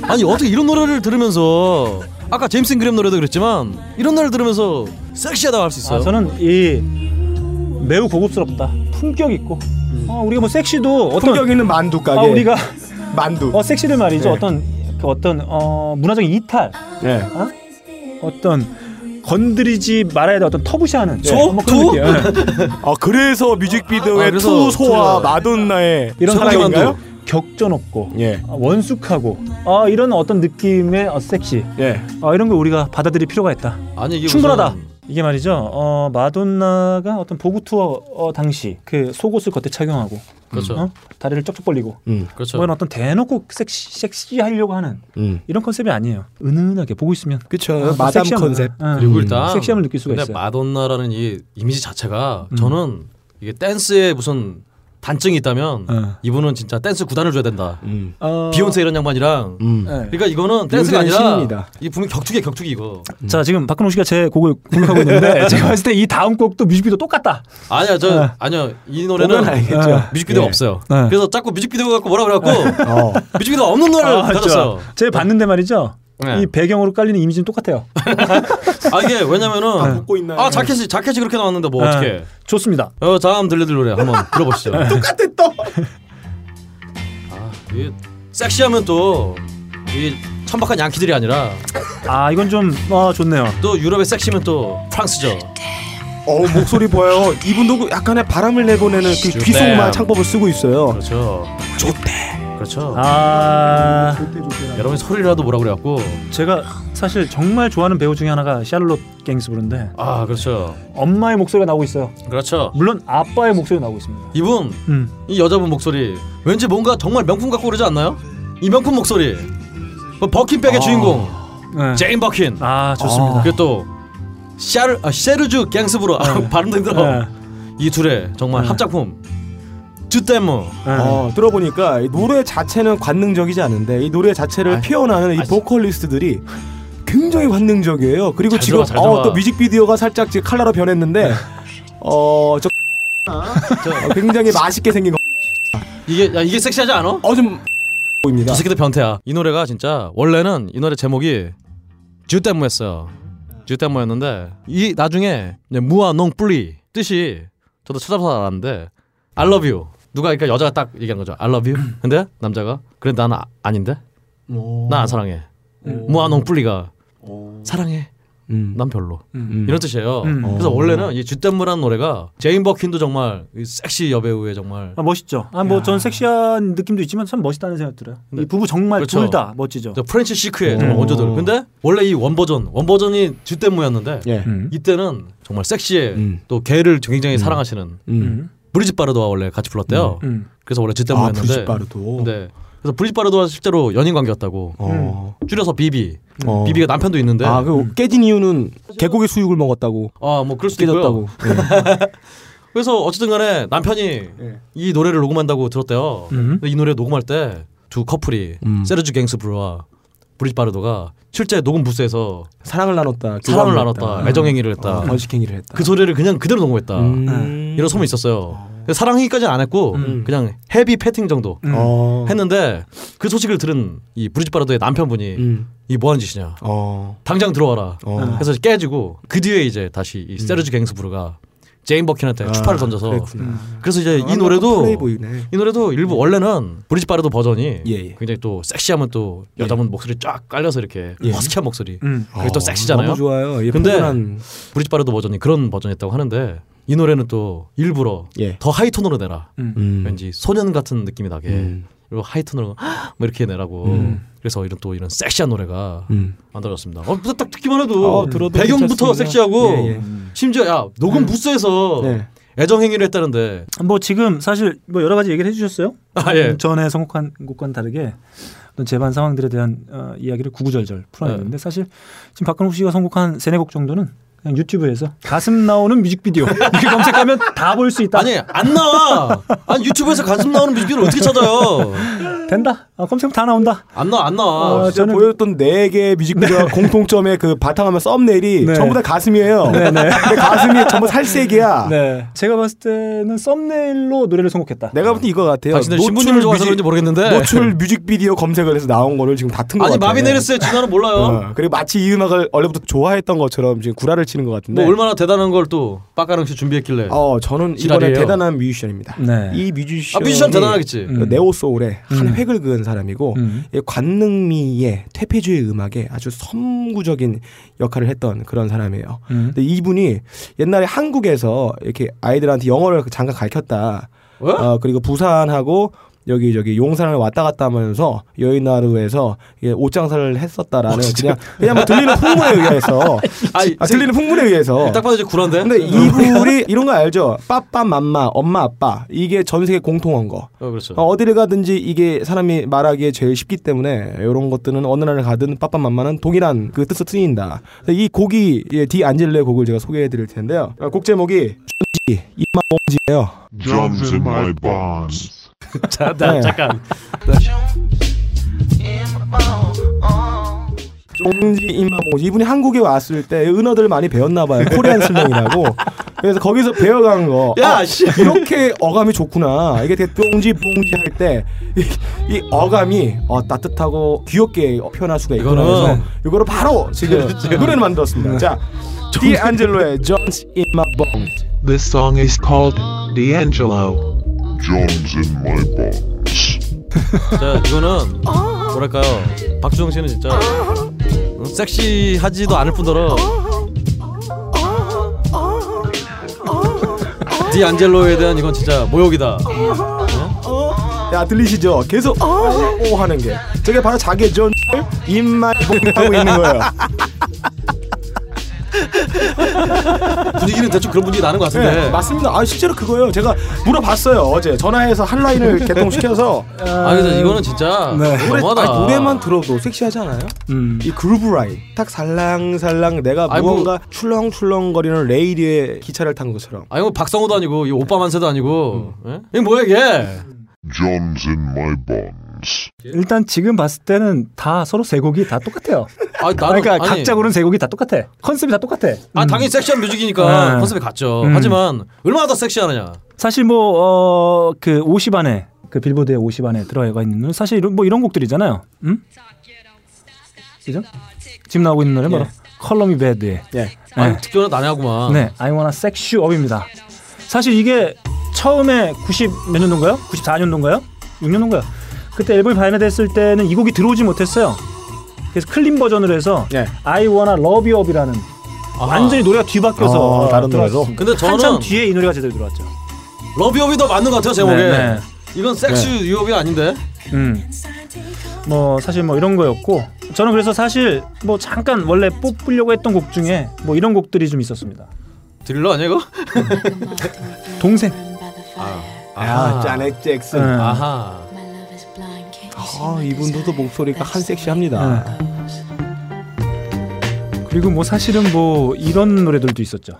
[SPEAKER 6] 아니 어떻게 이런 노래를 들으면서 아까 제임스 잉그램 노래도 그랬지만 이런 노래를 들으면서 섹시하다 할 수
[SPEAKER 5] 네.
[SPEAKER 6] 있어요.
[SPEAKER 4] 아, 저는 이 매우 고급스럽다. 품격 있고. 어, 우리가 뭐 섹시도 어떤
[SPEAKER 5] 음. 품격 있는 만두 가게.
[SPEAKER 4] 아, 우리가
[SPEAKER 5] 만두.
[SPEAKER 4] 어 섹시를 말이죠.
[SPEAKER 5] 네.
[SPEAKER 4] 어떤 그 어떤 어 문화적인 이탈,
[SPEAKER 5] 예.
[SPEAKER 4] 어? 어떤 건드리지 말아야 될 어떤 터부시하는
[SPEAKER 5] 소?
[SPEAKER 4] 뭐 그런
[SPEAKER 5] 투?
[SPEAKER 4] 느낌. 예.
[SPEAKER 5] 아 그래서 뮤직비디오의
[SPEAKER 6] 아, 그래서
[SPEAKER 5] 투소와
[SPEAKER 6] 투.
[SPEAKER 5] 마돈나의
[SPEAKER 7] [laughs]
[SPEAKER 4] 이런 사람인가요?
[SPEAKER 5] 사랑인가요?
[SPEAKER 4] 격전 없고
[SPEAKER 5] 예.
[SPEAKER 4] 아, 원숙하고 아, 이런 어떤 느낌의 어, 섹시
[SPEAKER 5] 예.
[SPEAKER 4] 아, 이런 걸 우리가 받아들일 필요가 있다.
[SPEAKER 6] 아니 이게
[SPEAKER 4] 충분하다.
[SPEAKER 6] 무슨-
[SPEAKER 4] 이게 말이죠. 어, 마돈나가 어떤 보그 투어 어, 당시 그 속옷을 겉에 착용하고
[SPEAKER 6] 그렇죠.
[SPEAKER 4] 어? 다리를 쪽쪽 벌리고
[SPEAKER 5] 음.
[SPEAKER 6] 그렇죠.
[SPEAKER 4] 뭐 이런 어떤 대놓고 섹시 섹시하려고 하는
[SPEAKER 5] 음.
[SPEAKER 4] 이런 컨셉이 아니에요. 은은하게 보고 있으면
[SPEAKER 5] 그쵸.
[SPEAKER 4] 아,
[SPEAKER 5] 마담
[SPEAKER 4] 섹시한
[SPEAKER 5] 컨셉.
[SPEAKER 4] 거야. 응.
[SPEAKER 6] 그리고 일단
[SPEAKER 4] 음, 섹시함을 느낄 수가
[SPEAKER 6] 근데
[SPEAKER 4] 있어요.
[SPEAKER 6] 마돈나라는 이 이미지 자체가
[SPEAKER 4] 음.
[SPEAKER 6] 저는 이게 댄스에 무슨 단증이 있다면
[SPEAKER 4] 어.
[SPEAKER 6] 이분은 진짜 댄스 구단을 줘야 된다.
[SPEAKER 5] 음.
[SPEAKER 4] 어,
[SPEAKER 6] 비욘세 이런 양반이랑
[SPEAKER 5] 음.
[SPEAKER 4] 네.
[SPEAKER 6] 그러니까 이거는 댄스가
[SPEAKER 5] 요새는
[SPEAKER 6] 아니라
[SPEAKER 5] 신입니다.
[SPEAKER 6] 이 분명 격투기 격투기 이거
[SPEAKER 4] 자 지금 박근홍 씨가 제 곡을 공격하고
[SPEAKER 6] [laughs] 네.
[SPEAKER 4] 있는데 제가 봤을 때 이 다음 곡도 뮤직비디오 똑같다.
[SPEAKER 6] 아니야 저
[SPEAKER 4] 네.
[SPEAKER 6] 아니요 이
[SPEAKER 5] 보면
[SPEAKER 6] 노래는
[SPEAKER 5] 알겠죠.
[SPEAKER 4] 아,
[SPEAKER 6] 뮤직비디오 가
[SPEAKER 5] 예.
[SPEAKER 6] 없어요.
[SPEAKER 4] 네.
[SPEAKER 6] 그래서 자꾸 뮤직비디오 갖고 뭐라 그래갖고
[SPEAKER 5] 어.
[SPEAKER 6] 뮤직비디오 없는 노래를
[SPEAKER 4] 아,
[SPEAKER 6] 가졌어요.
[SPEAKER 4] 저- 제가 봤는데 말이죠.
[SPEAKER 6] 그렇죠. 네.
[SPEAKER 4] 이 배경으로 깔리는 이미지는 똑같아요.
[SPEAKER 6] 아 이게 왜냐면은
[SPEAKER 5] 웃고 있나?
[SPEAKER 6] 아 자켓이 자켓이 그렇게 나왔는데 뭐
[SPEAKER 4] 네.
[SPEAKER 6] 어떻게?
[SPEAKER 4] 좋습니다.
[SPEAKER 6] 어 다음 들려드릴 노래 한번 들어보시죠.
[SPEAKER 5] [laughs] 똑같아 또.
[SPEAKER 6] 아, 이 섹시하면 또 이 천박한 양키들이 아니라
[SPEAKER 4] 아 이건 좀 아, 좋네요.
[SPEAKER 6] 또 유럽의 섹시면 또 프랑스죠.
[SPEAKER 5] 어 목소리 보여요. 이분도 그 약간의 바람을 내보내는 그 [laughs] 귀속만 창법을 쓰고 있어요.
[SPEAKER 6] 그렇죠. 좋대. 그렇죠.
[SPEAKER 4] 아
[SPEAKER 6] 여러분 소리라도 뭐라 그래갖고
[SPEAKER 4] 제가 사실 정말 좋아하는 배우 중에 하나가 샬롯 갱스브인데
[SPEAKER 6] 아 그렇죠.
[SPEAKER 4] 엄마의 목소리가 나오고 있어요.
[SPEAKER 6] 그렇죠.
[SPEAKER 4] 물론 아빠의 목소리가 나오고 있습니다.
[SPEAKER 6] 이분
[SPEAKER 4] 음.
[SPEAKER 6] 이 여자분 목소리 왠지 뭔가 정말 명품 갖고 그러지 않나요? 이 명품 목소리 뭐 버킨백의 주인공
[SPEAKER 4] 아. 네.
[SPEAKER 6] 제인 버킨
[SPEAKER 4] 아 좋습니다.
[SPEAKER 6] 그리고 또 [laughs] 샤르 아, 르주 갱스브로 아, 발음도 힘들어
[SPEAKER 4] 네.
[SPEAKER 6] 이 둘의 정말
[SPEAKER 4] 네.
[SPEAKER 6] 합작품 쭈때무 뭐.
[SPEAKER 5] 어, 들어보니까 이 노래 자체는 관능적이지 않은데 이 노래 자체를
[SPEAKER 6] 아이,
[SPEAKER 5] 피어나는 이
[SPEAKER 6] 아이,
[SPEAKER 5] 보컬리스트들이 굉장히 관능적이에요. 그리고
[SPEAKER 6] 잘
[SPEAKER 5] 지금
[SPEAKER 6] 들어가, 잘
[SPEAKER 5] 어,
[SPEAKER 6] 들어가.
[SPEAKER 5] 또 뮤직비디오가 네. 살짝 지금 칼라로 변했는데 어저 굉장히 맛있게
[SPEAKER 6] 음.
[SPEAKER 5] 생긴 거.
[SPEAKER 6] 이게 야, 이게 섹시하지 않아?
[SPEAKER 5] 어좀 보입니다.
[SPEAKER 6] 저 새끼들 변태야. 이 노래가 진짜 원래는 이 노래 제목이 쥬때무였어요. 쥬때무였는데 이 나중에 이제 무아 농 뿌리 뜻이 저도 찾아봐서 알았는데 I love you. 누가 그러니까 여자가 딱 얘기한 거죠. I
[SPEAKER 5] [clears throat]
[SPEAKER 6] love you. 근데 남자가 그래 나는 아, 아닌데. 난 안 사랑해. 무아 농 뿌리가 사랑해.
[SPEAKER 5] 음.
[SPEAKER 6] 난 별로.
[SPEAKER 5] 음.
[SPEAKER 6] 이런 뜻이에요.
[SPEAKER 4] 음.
[SPEAKER 6] 그래서 원래는 이 쥬때무라는 노래가 제인 버킨도 정말 이 섹시 여배우의 정말
[SPEAKER 4] 아, 멋있죠. 아, 뭐 전 섹시한 느낌도 있지만 참 멋있다는 생각 들어요. 이 부부 정말
[SPEAKER 6] 그렇죠.
[SPEAKER 4] 둘 다 멋지죠.
[SPEAKER 6] 저
[SPEAKER 5] 음.
[SPEAKER 6] 프렌치 시크의 정말 원조들. 근데 원래 이 원버전, 원버전이 쥐때무였는데
[SPEAKER 5] 예.
[SPEAKER 4] 음.
[SPEAKER 6] 이때는 정말 섹시해.
[SPEAKER 5] 음.
[SPEAKER 6] 또 개를 굉장히 사랑하시는
[SPEAKER 5] 음.
[SPEAKER 4] 음.
[SPEAKER 6] 브리짓 바르도와 원래 같이 불렀대요.
[SPEAKER 4] 음.
[SPEAKER 6] 그래서 원래
[SPEAKER 5] 아
[SPEAKER 6] 쥐때무였는데.
[SPEAKER 5] 브리짓바르도.
[SPEAKER 6] 근데 그래서 브리짓 바르도와 실제로 연인 관계였다고.
[SPEAKER 5] 어.
[SPEAKER 6] 줄여서 비비.
[SPEAKER 5] 어.
[SPEAKER 6] 비비가 남편도 있는데. 아,
[SPEAKER 5] 아그 깨진 이유는 개고기 수육을 먹었다고
[SPEAKER 6] 뭐 그럴 수도 있고요.
[SPEAKER 5] 깨졌다고. 예.
[SPEAKER 6] 그래서 어쨌든 간에 남편이 이 노래를 녹음한다고 들었대요.
[SPEAKER 4] 음.
[SPEAKER 6] 근데 이 노래 녹음할 때 두 커플이
[SPEAKER 5] 음.
[SPEAKER 6] 세르주 갱스브루와 브리짓 바르도가 실제 녹음 부스에서
[SPEAKER 5] 사랑을 나눴다.
[SPEAKER 6] 사랑을
[SPEAKER 5] 교감을
[SPEAKER 6] 나눴다.
[SPEAKER 5] 했다.
[SPEAKER 6] 애정행위를 했다.
[SPEAKER 5] 어, 번식행위를 했다.
[SPEAKER 6] 그 소리를 그냥 그대로 녹음했다.
[SPEAKER 5] 음.
[SPEAKER 6] 이런 소문이 있었어요.
[SPEAKER 5] 아.
[SPEAKER 6] 사랑행위까지는 안 했고
[SPEAKER 4] 음.
[SPEAKER 6] 그냥 헤비 패팅 정도
[SPEAKER 4] 음.
[SPEAKER 5] 어.
[SPEAKER 6] 했는데 그 소식을 들은 이 브리짓 바르도의 남편분이
[SPEAKER 5] 음.
[SPEAKER 6] 이 뭐 하는 짓이냐.
[SPEAKER 5] 어.
[SPEAKER 6] 당장 들어와라.
[SPEAKER 5] 어. 음.
[SPEAKER 6] 해서 깨지고 그 뒤에 이제 다시 이 세르지 갱스부르가 제인 버킨한테
[SPEAKER 5] 아,
[SPEAKER 6] 추파를 던져서
[SPEAKER 5] 그랬구나.
[SPEAKER 6] 그래서 이제
[SPEAKER 5] 아,
[SPEAKER 6] 이 노래도
[SPEAKER 5] 플레이보이네.
[SPEAKER 6] 이 노래도 일부 원래는 브리짓 바르도 버전이
[SPEAKER 5] 예, 예.
[SPEAKER 6] 굉장히 또 섹시하면 또 여자분 목소리 쫙 깔려서 이렇게
[SPEAKER 5] 예.
[SPEAKER 6] 허스키한 목소리
[SPEAKER 4] 음.
[SPEAKER 6] 그게 또
[SPEAKER 5] 어,
[SPEAKER 6] 섹시잖아요.
[SPEAKER 5] 너무 좋아요. 예,
[SPEAKER 6] 근데-
[SPEAKER 5] 포근한-
[SPEAKER 6] 브리짓 바르도 버전이 그런 버전이었다고 하는데 이 노래는 또 일부러
[SPEAKER 5] 예.
[SPEAKER 6] 더 하이 톤으로 내라.
[SPEAKER 5] 음.
[SPEAKER 6] 왠지 소년 같은 느낌이 나게
[SPEAKER 5] 음.
[SPEAKER 6] 그리고 하이 톤으로 뭐 이렇게 내라고.
[SPEAKER 5] 음.
[SPEAKER 6] 그래서 이런 또 이런 섹시한 노래가
[SPEAKER 5] 음.
[SPEAKER 6] 만들어졌습니다. 어, 그래서 딱 듣기만 해도
[SPEAKER 5] 어, 들어도
[SPEAKER 6] 배경부터
[SPEAKER 5] 괜찮습니다.
[SPEAKER 6] 섹시하고
[SPEAKER 5] 예, 예.
[SPEAKER 6] 심지어 야 녹음 부스에서
[SPEAKER 5] 네.
[SPEAKER 6] 애정 행위를 했다는데
[SPEAKER 4] 뭐 지금 사실 뭐 여러 가지 얘기를 해주셨어요.
[SPEAKER 6] 아, 예.
[SPEAKER 4] 음, 전에 선곡한 곡과는 다르게 어떤 재반 상황들에 대한 어, 이야기를 구구절절 풀어냈는데
[SPEAKER 6] 네.
[SPEAKER 4] 사실 지금 박근홍 씨가 선곡한 세네 곡 정도는 그냥 유튜브에서 가슴 나오는 뮤직비디오 [laughs] 이렇게 검색하면 다 볼 수 있다.
[SPEAKER 6] 아니 안 나와. 아니 유튜브에서 가슴 나오는 뮤직비디오 어떻게 찾아요?
[SPEAKER 4] 된다. 아, 검색하면 다 나온다.
[SPEAKER 6] 안 나와 안 나와.
[SPEAKER 4] 어,
[SPEAKER 5] 진짜
[SPEAKER 4] 저는-
[SPEAKER 5] 보였던 네 개의 뮤직비디오 공통점의 그 바탕화면 썸네일이
[SPEAKER 4] 네.
[SPEAKER 5] 전부 다 가슴이에요. 근데 가슴이 전부 살색이야.
[SPEAKER 4] 네. 제가 봤을 때는 썸네일로 노래를 선곡했다.
[SPEAKER 5] 내가 볼 때 이거 같아요.
[SPEAKER 6] 당신은
[SPEAKER 5] 노출
[SPEAKER 6] 신부님을 좋아서 그런지 모르겠는데
[SPEAKER 5] 노출 뮤직비디오 검색을 해서 나온 거를 지금 다튼 거 같아.
[SPEAKER 6] 네. 아니 마비네르스의 진화는 몰라요.
[SPEAKER 5] 어, 그리고 마치 이 음악을 원래부터 좋아했던 것처럼 지금 구라를 치는 것 같은데.
[SPEAKER 6] 뭐 얼마나 대단한 걸 또 빡가릉 씨 준비했길래.
[SPEAKER 5] 어, 저는 네. 이번에
[SPEAKER 6] 지랄이에요.
[SPEAKER 5] 대단한 뮤지션입니다.
[SPEAKER 4] 네.
[SPEAKER 5] 이 뮤지션
[SPEAKER 6] 아 뮤지션 대단하겠지. 음.
[SPEAKER 5] 그 네오 소울의 한 획을 그은 사람이고
[SPEAKER 4] 음.
[SPEAKER 5] 이 관능미의 퇴폐주의 음악에 아주 선구적인 역할을 했던 그런 사람이에요.
[SPEAKER 4] 음.
[SPEAKER 5] 근데 이분이 옛날에 한국에서 이렇게 아이들한테 영어를 잠깐 가르쳤다.
[SPEAKER 6] 왜?
[SPEAKER 5] 어, 그리고 부산하고 여기 저기 용산을 왔다 갔다 하면서 여의나루에서 이게 옷장사를 했었다라는 그냥 그냥 뭐 들리는 풍문에 의해서
[SPEAKER 6] 어, [laughs] 아니,
[SPEAKER 5] 아, 들리는 풍문에 의해서
[SPEAKER 6] 딱 봐도 이제 구란데.
[SPEAKER 5] 근데 이분이 이런 거 알죠? 빠빠 맘마 엄마 아빠 이게 전 세계 공통한 거.
[SPEAKER 6] 어 그렇죠.
[SPEAKER 5] 어, 어디를 가든지 이게 사람이 말하기에 제일 쉽기 때문에 이런 것들은 어느 나라를 가든 빠빠만만한 동일한 그 뜻을 트인다. 근데 이 곡이 예, 디 안젤레의 곡을 제가 소개해 드릴 텐데요. 어, 곡 제목이 쥐 이마봉지예요.
[SPEAKER 9] Drums in my bones.
[SPEAKER 5] 네.
[SPEAKER 6] 잠깐.
[SPEAKER 5] 쫑지 이마봉지 이분이 한국에 왔을 때 은어들을 많이 배웠나 봐요. 코리안 슬랭이라고. 그래서 거기서 배워간 거.
[SPEAKER 6] 야,
[SPEAKER 5] 아,
[SPEAKER 6] 씨.
[SPEAKER 5] 이렇게 어감이 좋구나. 이게 되게 뽕지 뽕지 할 때 이 어감이 어, 따뜻하고 귀엽게 표현할 수가 있구나.
[SPEAKER 6] 이거는- 그렇죠. 네.
[SPEAKER 5] 그래서 이거를 바로
[SPEAKER 6] [laughs]
[SPEAKER 5] 지금 노래를 만들었습니다. 자, 디안젤로의 Jones in my bones.
[SPEAKER 10] This song is called D'Angelo.
[SPEAKER 6] 자 이거는 뭐랄까요 박주영 씨는 진짜 어, 섹시하지도 않을 뿐더러 디안젤로에 대한 이건 진짜 모욕이다
[SPEAKER 5] 야 들리시죠? 계속 아, 오 하는 게 저게 바로 자기의 존을 입만 하고 있는 거예요.
[SPEAKER 6] 분위기는 대충 그런 분위기 나는 것
[SPEAKER 5] 네,
[SPEAKER 6] 같은데.
[SPEAKER 5] 맞습니다. 아 실제로 그거예요. 제가 물어봤어요 어제 전화해서 한 라인을 개통시켜서
[SPEAKER 6] 아 근데 이거는 진짜
[SPEAKER 4] 네.
[SPEAKER 5] 노래,
[SPEAKER 6] 너무하다.
[SPEAKER 5] 아니, 노래만 들어도 섹시하지 않아요?
[SPEAKER 4] 음.
[SPEAKER 5] 이 그루브 라인 딱 살랑살랑 내가
[SPEAKER 6] 아이, 뭐-
[SPEAKER 5] 무언가 출렁출렁거리는 레이디의 기차를 탄 것처럼
[SPEAKER 6] 아니 뭐 박성호도 아니고 이 오빠 만세도 아니고.
[SPEAKER 5] 음.
[SPEAKER 6] 예? 이게 뭐야 이게?
[SPEAKER 9] John's in my bonds.
[SPEAKER 4] 일단 지금 봤을 때는 다 서로 세 곡이 다 똑같아요.
[SPEAKER 6] 아 나도
[SPEAKER 4] 그러니까
[SPEAKER 6] 아니,
[SPEAKER 4] 각자 고른 세 곡이 다 똑같아. 컨셉이 다 똑같아.
[SPEAKER 6] 아
[SPEAKER 4] 음.
[SPEAKER 6] 당연히 섹시한 뮤직이니까
[SPEAKER 4] 네.
[SPEAKER 6] 컨셉이 같죠.
[SPEAKER 4] 음.
[SPEAKER 6] 하지만 얼마나 더 섹시하느냐.
[SPEAKER 4] 사실 뭐, 뭐어그 50 안에 그 빌보드의 50 안에 들어가 있는 사실 이런 뭐 이런 곡들이잖아요. 음? 그죠? 지금 나오고 있는 노래 바로 컬러미 배드의
[SPEAKER 5] 예.
[SPEAKER 6] 아
[SPEAKER 4] 네.
[SPEAKER 6] 아, 특별한 난해하구만.
[SPEAKER 4] 네, I Wanna Sex You Up입니다. 사실 이게 처음에 90몇 년도인가요? 94년도인가요? 6년도인가요? 그때 앨범이 발매됐을 때는 이 곡이 들어오지 못했어요. 그래서 클린 버전으로 해서
[SPEAKER 5] 예.
[SPEAKER 4] I Wanna Love You Up이라는
[SPEAKER 6] 아,
[SPEAKER 4] 완전히 노래가 뒤바뀌어서
[SPEAKER 5] 아, 다른 노래로?
[SPEAKER 4] 들어왔습니다.
[SPEAKER 6] 근데 저는
[SPEAKER 4] 한참 뒤에 이 노래가 제대로 들어왔죠.
[SPEAKER 6] 러비업이 더 맞는 것 같아요 제목에.
[SPEAKER 4] 네, 네.
[SPEAKER 6] 이건 섹시 유업이 아닌데.
[SPEAKER 4] 음. 뭐 사실 뭐 이런 거였고 저는 그래서 사실 뭐 잠깐 원래 뽑으려고 했던 곡 중에 뭐 이런 곡들이 좀 있었습니다.
[SPEAKER 6] 딜러 아니야 이거?
[SPEAKER 4] 동생.
[SPEAKER 5] 아 자넷 잭슨
[SPEAKER 4] 음.
[SPEAKER 6] 아하.
[SPEAKER 5] 아 이분들도 목소리가 한 섹시합니다
[SPEAKER 4] 그리고 뭐 사실은 뭐 이런 노래들도 있었죠.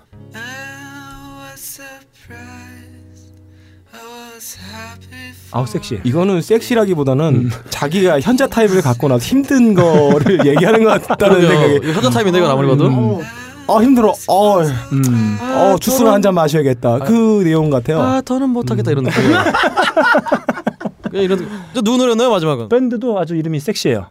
[SPEAKER 4] 아우 섹시해.
[SPEAKER 5] 이거는
[SPEAKER 6] 음.
[SPEAKER 5] 섹시라기보다는 자기가 현자 타입을 갖고 나서 힘든 거를 [laughs] 얘기하는 것 같다는 생각이
[SPEAKER 6] 이거 현자 타임인데 이건 아무리 봐도.
[SPEAKER 5] 아 힘들어 어,
[SPEAKER 4] 음.
[SPEAKER 5] 어 주스를 한 잔
[SPEAKER 4] 아.
[SPEAKER 5] 마셔야겠다 그 내용 같아요
[SPEAKER 6] 아 더는 못하겠다 이런 느낌.
[SPEAKER 4] 음.
[SPEAKER 6] [laughs] 그냥 이런. 저 누구 노래였나요 마지막은?
[SPEAKER 4] 밴드도 아주 이름이 섹시해요.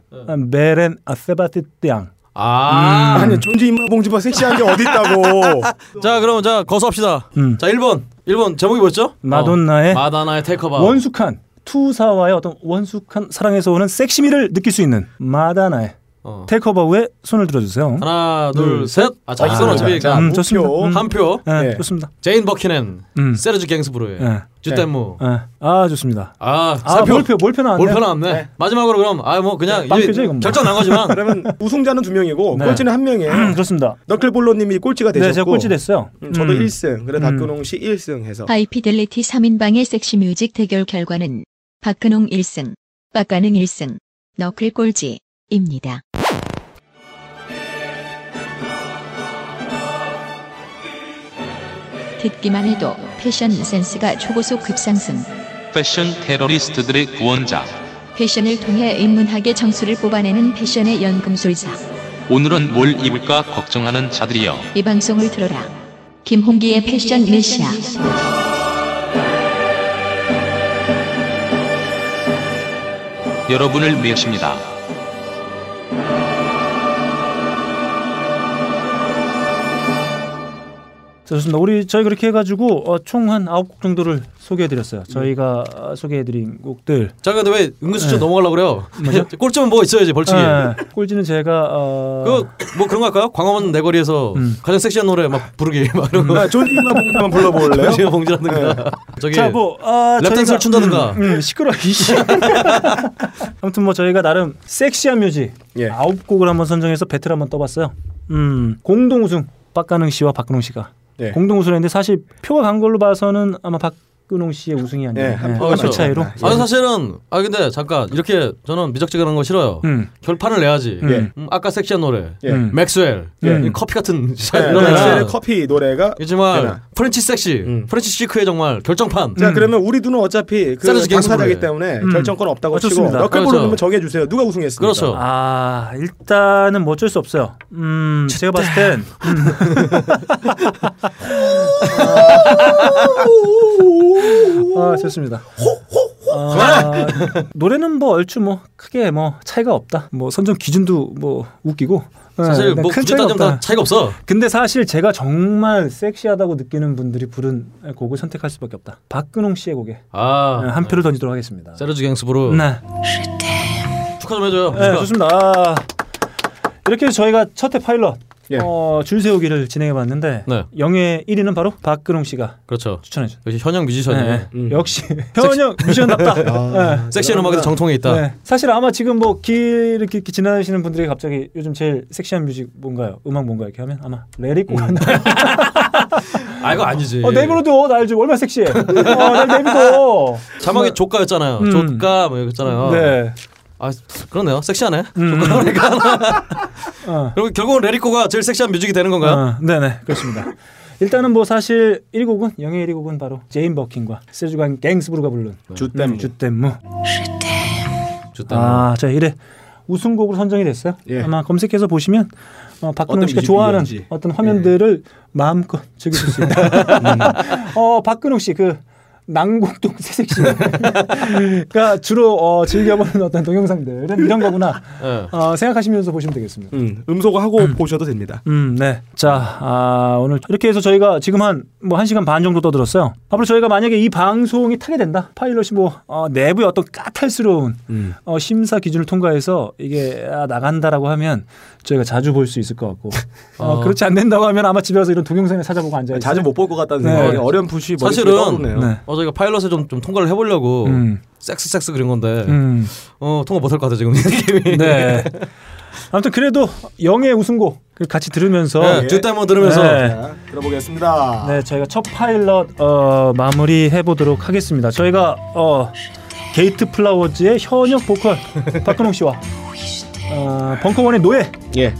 [SPEAKER 4] 메렌 아세바티앙. 음.
[SPEAKER 6] 아.
[SPEAKER 5] 아니 존재 인마 봉지바 섹시한 게 어디 있다고
[SPEAKER 6] 자 그럼 자 거수합시다.
[SPEAKER 4] 음.
[SPEAKER 6] 자 1번 1번 제목이 뭐였죠?
[SPEAKER 4] 마돈나의
[SPEAKER 6] 어, 마다나의 테이커바.
[SPEAKER 4] 원숙한 투사와의 어떤 원숙한 사랑에서 오는 섹시미를 느낄 수 있는 마다나의
[SPEAKER 6] 어.
[SPEAKER 4] 테이크오버에 손을 들어주세요.
[SPEAKER 6] 하나 둘
[SPEAKER 4] 둘,
[SPEAKER 6] 셋. 아 자,
[SPEAKER 5] 아,
[SPEAKER 6] 이건 어차피
[SPEAKER 5] 자,
[SPEAKER 4] 음,
[SPEAKER 5] 목표.
[SPEAKER 4] 좋습니다. 음,
[SPEAKER 6] 한 표. 네.
[SPEAKER 4] 예,
[SPEAKER 5] 네.
[SPEAKER 4] 좋습니다.
[SPEAKER 6] 제인 버키넨,
[SPEAKER 4] 음.
[SPEAKER 6] 세르주 갱스브로의
[SPEAKER 4] 예,
[SPEAKER 6] 주댐무.
[SPEAKER 4] 예. 아 좋습니다.
[SPEAKER 6] 아,
[SPEAKER 4] 아
[SPEAKER 6] 세표.
[SPEAKER 4] 몰표 몰표 나왔네.
[SPEAKER 6] 몰표 나왔네. 마지막으로 그럼 아 뭐 그냥
[SPEAKER 4] 빵표죠,
[SPEAKER 6] 이제
[SPEAKER 4] 이건 뭐.
[SPEAKER 6] 결정
[SPEAKER 5] [laughs]
[SPEAKER 6] 난 거지만
[SPEAKER 5] 그러면 우승자는 두 명이고
[SPEAKER 4] 네.
[SPEAKER 5] 꼴찌는 한 명이에요.
[SPEAKER 4] 음, 그렇습니다.
[SPEAKER 5] 너클볼로님이 꼴찌가 되셨고
[SPEAKER 4] 네, 제가 꼴찌 됐어요.
[SPEAKER 5] 음, 저도
[SPEAKER 4] 음.
[SPEAKER 5] 1승. 그래
[SPEAKER 4] 음. 아.
[SPEAKER 5] 박근홍 씨 1승 해서
[SPEAKER 3] 하이피델리티 3인방의 섹시뮤직 대결 결과는 박근홍 1승, 박가능 1승, 너클꼴찌입니다. 듣기만 해도 패션 센스가 초고속 급상승.
[SPEAKER 1] 패션 테러리스트들의 구원자.
[SPEAKER 3] 패션을 통해 인문학의 정수를 뽑아내는 패션의 연금술사.
[SPEAKER 1] 오늘은 뭘 입을까 걱정하는 자들이여.
[SPEAKER 3] 이 방송을 들어라. 김홍기의 패션 메시아.
[SPEAKER 1] 여러분을 위해십니다.
[SPEAKER 4] 자, 좋습니다. 우리 저희 그렇게 해가지고 어, 총한 9곡 정도를 소개해드렸어요. 저희가 어, 소개해드린 곡들.
[SPEAKER 6] 자 근데 왜 은근슬쩍
[SPEAKER 4] 네.
[SPEAKER 6] 넘어가려고 그래요? [laughs] 꼴찌면 뭐 있어야지 벌칙이.
[SPEAKER 4] 예, 꼴찌는 제가 어,
[SPEAKER 6] 그 뭐 그런 거 할까요? 광화문 내거리에서
[SPEAKER 4] 음.
[SPEAKER 6] 가장 섹시한 노래 막 부르기 [laughs] 막 이런 거.
[SPEAKER 5] 아, 존재만 한번 불러볼래요?
[SPEAKER 6] 지금 봉지라든가 [laughs] 저기
[SPEAKER 4] 자, 뭐 아,
[SPEAKER 6] 예. 랩댄스를
[SPEAKER 4] 저희가-
[SPEAKER 6] 춘다든가.
[SPEAKER 4] 음, 음, 시끄러. 이씨. [laughs] 아무튼 뭐 저희가 나름 섹시한 뮤직
[SPEAKER 5] 예.
[SPEAKER 4] 아홉 곡을 한번 선정해서 배틀 한번 떠봤어요. 음, 공동 우승 박가능 씨와 박근홍 씨가
[SPEAKER 5] 예.
[SPEAKER 4] 공동 우승을 했는데 사실 표가 간 걸로 봐서는 아마 박근홍 씨의 우승이 아니에요.
[SPEAKER 5] 예, 한 표가
[SPEAKER 6] 나죠.
[SPEAKER 4] 차이로.
[SPEAKER 6] 아 사실은 아 근데 잠깐 이렇게 저는 미적지근한 거 싫어요.
[SPEAKER 4] 음,
[SPEAKER 6] 결판을 내야지.
[SPEAKER 4] 음,
[SPEAKER 5] 예.
[SPEAKER 6] 음, 아까 섹시한 노래
[SPEAKER 5] 예.
[SPEAKER 4] 음.
[SPEAKER 6] 맥스웰
[SPEAKER 4] 예.
[SPEAKER 6] 이 커피 같은
[SPEAKER 5] 네,
[SPEAKER 6] [laughs] 이런
[SPEAKER 5] 네,
[SPEAKER 6] 애랑
[SPEAKER 5] 엑셀의 커피 노래가
[SPEAKER 6] 이 정말
[SPEAKER 5] 네.
[SPEAKER 6] 프렌치 섹시
[SPEAKER 5] 음.
[SPEAKER 6] 프렌치 시크의 정말 결정판
[SPEAKER 5] 자
[SPEAKER 4] 음.
[SPEAKER 5] 그러면 우리 두는 어차피 그
[SPEAKER 6] 사르스 갱스부르.
[SPEAKER 5] 당사자이기 때문에
[SPEAKER 4] 음.
[SPEAKER 5] 결정권 없다고
[SPEAKER 4] 어,
[SPEAKER 5] 치고
[SPEAKER 4] 좋습니다.
[SPEAKER 5] 너클볼로님은
[SPEAKER 6] 그렇죠.
[SPEAKER 5] 정해주세요. 누가 우승했습니까?
[SPEAKER 6] 그렇죠.
[SPEAKER 4] 아 일단은 뭐 어쩔 수 없어요. 음 제가 봤을 땐 [laughs] 음. 아 좋습니다. 아, 노래는 뭐 얼추 뭐 크게 뭐 차이가 없다. 뭐 선정 기준도 뭐 웃기고 네,
[SPEAKER 6] 사실 뭐
[SPEAKER 4] 큰
[SPEAKER 6] 굳이
[SPEAKER 4] 차이가
[SPEAKER 6] 따지면 다
[SPEAKER 4] 없다.
[SPEAKER 6] 차이가 없어.
[SPEAKER 4] 근데 사실 제가 정말 섹시하다고 느끼는 분들이 부른 곡을 선택할 수밖에 없다. 박근홍 씨의 곡에
[SPEAKER 6] 아
[SPEAKER 4] 한 표를 던지도록 하겠습니다.
[SPEAKER 6] 세르주 갱스부르
[SPEAKER 4] 네.
[SPEAKER 6] 축하 좀 해줘요. 그렇죠.
[SPEAKER 4] 네,
[SPEAKER 6] 축하.
[SPEAKER 4] 좋습니다. 아, 이렇게 해서 저희가 첫 회 파일럿
[SPEAKER 7] 예.
[SPEAKER 4] 어, 줄 세우기를 진행해 봤는데
[SPEAKER 6] 네.
[SPEAKER 4] 영예 1위는 바로 박근홍 씨가
[SPEAKER 6] 그렇죠.
[SPEAKER 4] 추천해 준.
[SPEAKER 6] 역시 현역 뮤지션이
[SPEAKER 4] 네.
[SPEAKER 5] 음.
[SPEAKER 4] 역시 [laughs] 현역 미션답다. 네.
[SPEAKER 6] 섹시한 음악에도 정통이 있다.
[SPEAKER 4] 네. 사실 아마 지금 뭐 길 이렇게, 이렇게 지나시는 분들이 갑자기 요즘 제일 섹시한 뮤직 뭔가요? 음악 뭔가 이렇게 하면 아마 레리꼬 간다.
[SPEAKER 6] 아 이거 아니지.
[SPEAKER 4] 어, 내버려둬 나 요즘 얼마나 섹시해. 어, 날 내버려둬.
[SPEAKER 6] 자막이 조가였잖아요.
[SPEAKER 4] 음.
[SPEAKER 6] 조가 뭐 이랬잖아요.
[SPEAKER 4] 네.
[SPEAKER 6] 아 그렇네요. 섹시하네.
[SPEAKER 4] 음. [laughs] 어.
[SPEAKER 6] 그리고 결국은 레리코가 제일 섹시한 뮤직이 되는 건가요?
[SPEAKER 4] 아, 네네 그렇습니다. 일단은 뭐 사실 1곡은 영예 1곡은 바로 제인 버킨과 세주간 갱스브루가 부른
[SPEAKER 7] 주댐.
[SPEAKER 4] 주댐무.
[SPEAKER 6] 좋다.
[SPEAKER 4] 아, 자 이래 우승곡으로 선정이 됐어요.
[SPEAKER 7] 예.
[SPEAKER 4] 아마 검색해서 보시면 어, 박근홍
[SPEAKER 7] 어떤
[SPEAKER 4] 씨가
[SPEAKER 7] 뮤직비디오인지. 예.
[SPEAKER 4] 좋아하는 어떤 화면들을 마음껏 즐기실 수
[SPEAKER 7] [laughs]
[SPEAKER 4] 있다. 음. 어, 박근홍 씨 그 난곡동 [laughs] 새색 씨가 주로 어, 즐겨보는 어떤 동영상들은 이런 거구나
[SPEAKER 6] 예.
[SPEAKER 4] 어, 생각하시면서 보시면 되겠습니다.
[SPEAKER 5] 음, 음소거하고 보셔도 됩니다.
[SPEAKER 4] 음, 네. 자, 아, 오늘 이렇게 해서 저희가 지금 한 뭐 한시간반 정도 떠들었어요. 앞으로 저희가 만약에 이 방송이 타게 된다. 파일럿이 뭐 어, 내부의 어떤 까탈스러운 어, 심사 기준을 통과해서 이게 아, 나간다라고 하면 저희가 자주 볼 수 있을 것 같고 어,
[SPEAKER 6] 어.
[SPEAKER 4] 그렇지 않는다고 하면 아마 집에 와서 이런 동영상을 찾아보고 앉아 있어요.
[SPEAKER 5] 자주 못 볼 것 같다는
[SPEAKER 4] 네.
[SPEAKER 5] 생각이 어렴풋이 머릿속에
[SPEAKER 6] 사실은-
[SPEAKER 5] 떠오르네요.
[SPEAKER 4] 네.
[SPEAKER 6] 어 저희가 파일럿에 좀, 좀 통과를 해보려고
[SPEAKER 4] 음.
[SPEAKER 6] 섹스 섹스 그린 건데
[SPEAKER 4] 음.
[SPEAKER 6] 어 통과 못할 것 같아 지금 [laughs] 느낌이.
[SPEAKER 4] 네. 아무튼 그래도 영예 우승곡 같이 들으면서
[SPEAKER 6] 네. 뒷한번 들으면서
[SPEAKER 4] 네.
[SPEAKER 5] 자, 들어보겠습니다.
[SPEAKER 4] 네, 저희가 첫 파일럿 어, 마무리 해보도록 하겠습니다. 저희가 어, 게이트 플라워즈의 현역 보컬 박근홍 씨와 어, 벙커원의 노예
[SPEAKER 7] 예.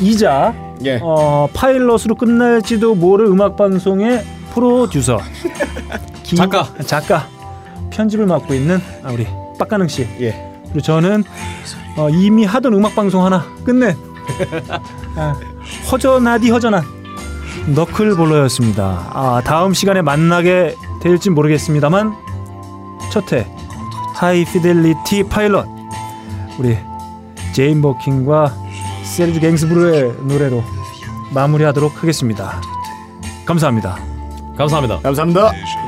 [SPEAKER 4] 이자
[SPEAKER 7] 예.
[SPEAKER 4] 어, 파일럿으로 끝날지도 모를 음악 방송의 프로듀서 김-
[SPEAKER 6] 작가.
[SPEAKER 4] 작가 편집을 맡고 있는 아, 우리 박가능 씨
[SPEAKER 7] 예.
[SPEAKER 4] 그리고 저는 어, 이미 하던 음악 방송 하나 끝낸 아, 허전하디 허전한 너클볼러였습니다. 아, 다음 시간에 만나게 될지 모르겠습니다만 첫회 하이피델리티 파일럿 우리 제인 버킹과 세르주 갱스브루의 노래로 마무리하도록 하겠습니다. 감사합니다.
[SPEAKER 6] 감사합니다.
[SPEAKER 5] 감사합니다.
[SPEAKER 9] Vision.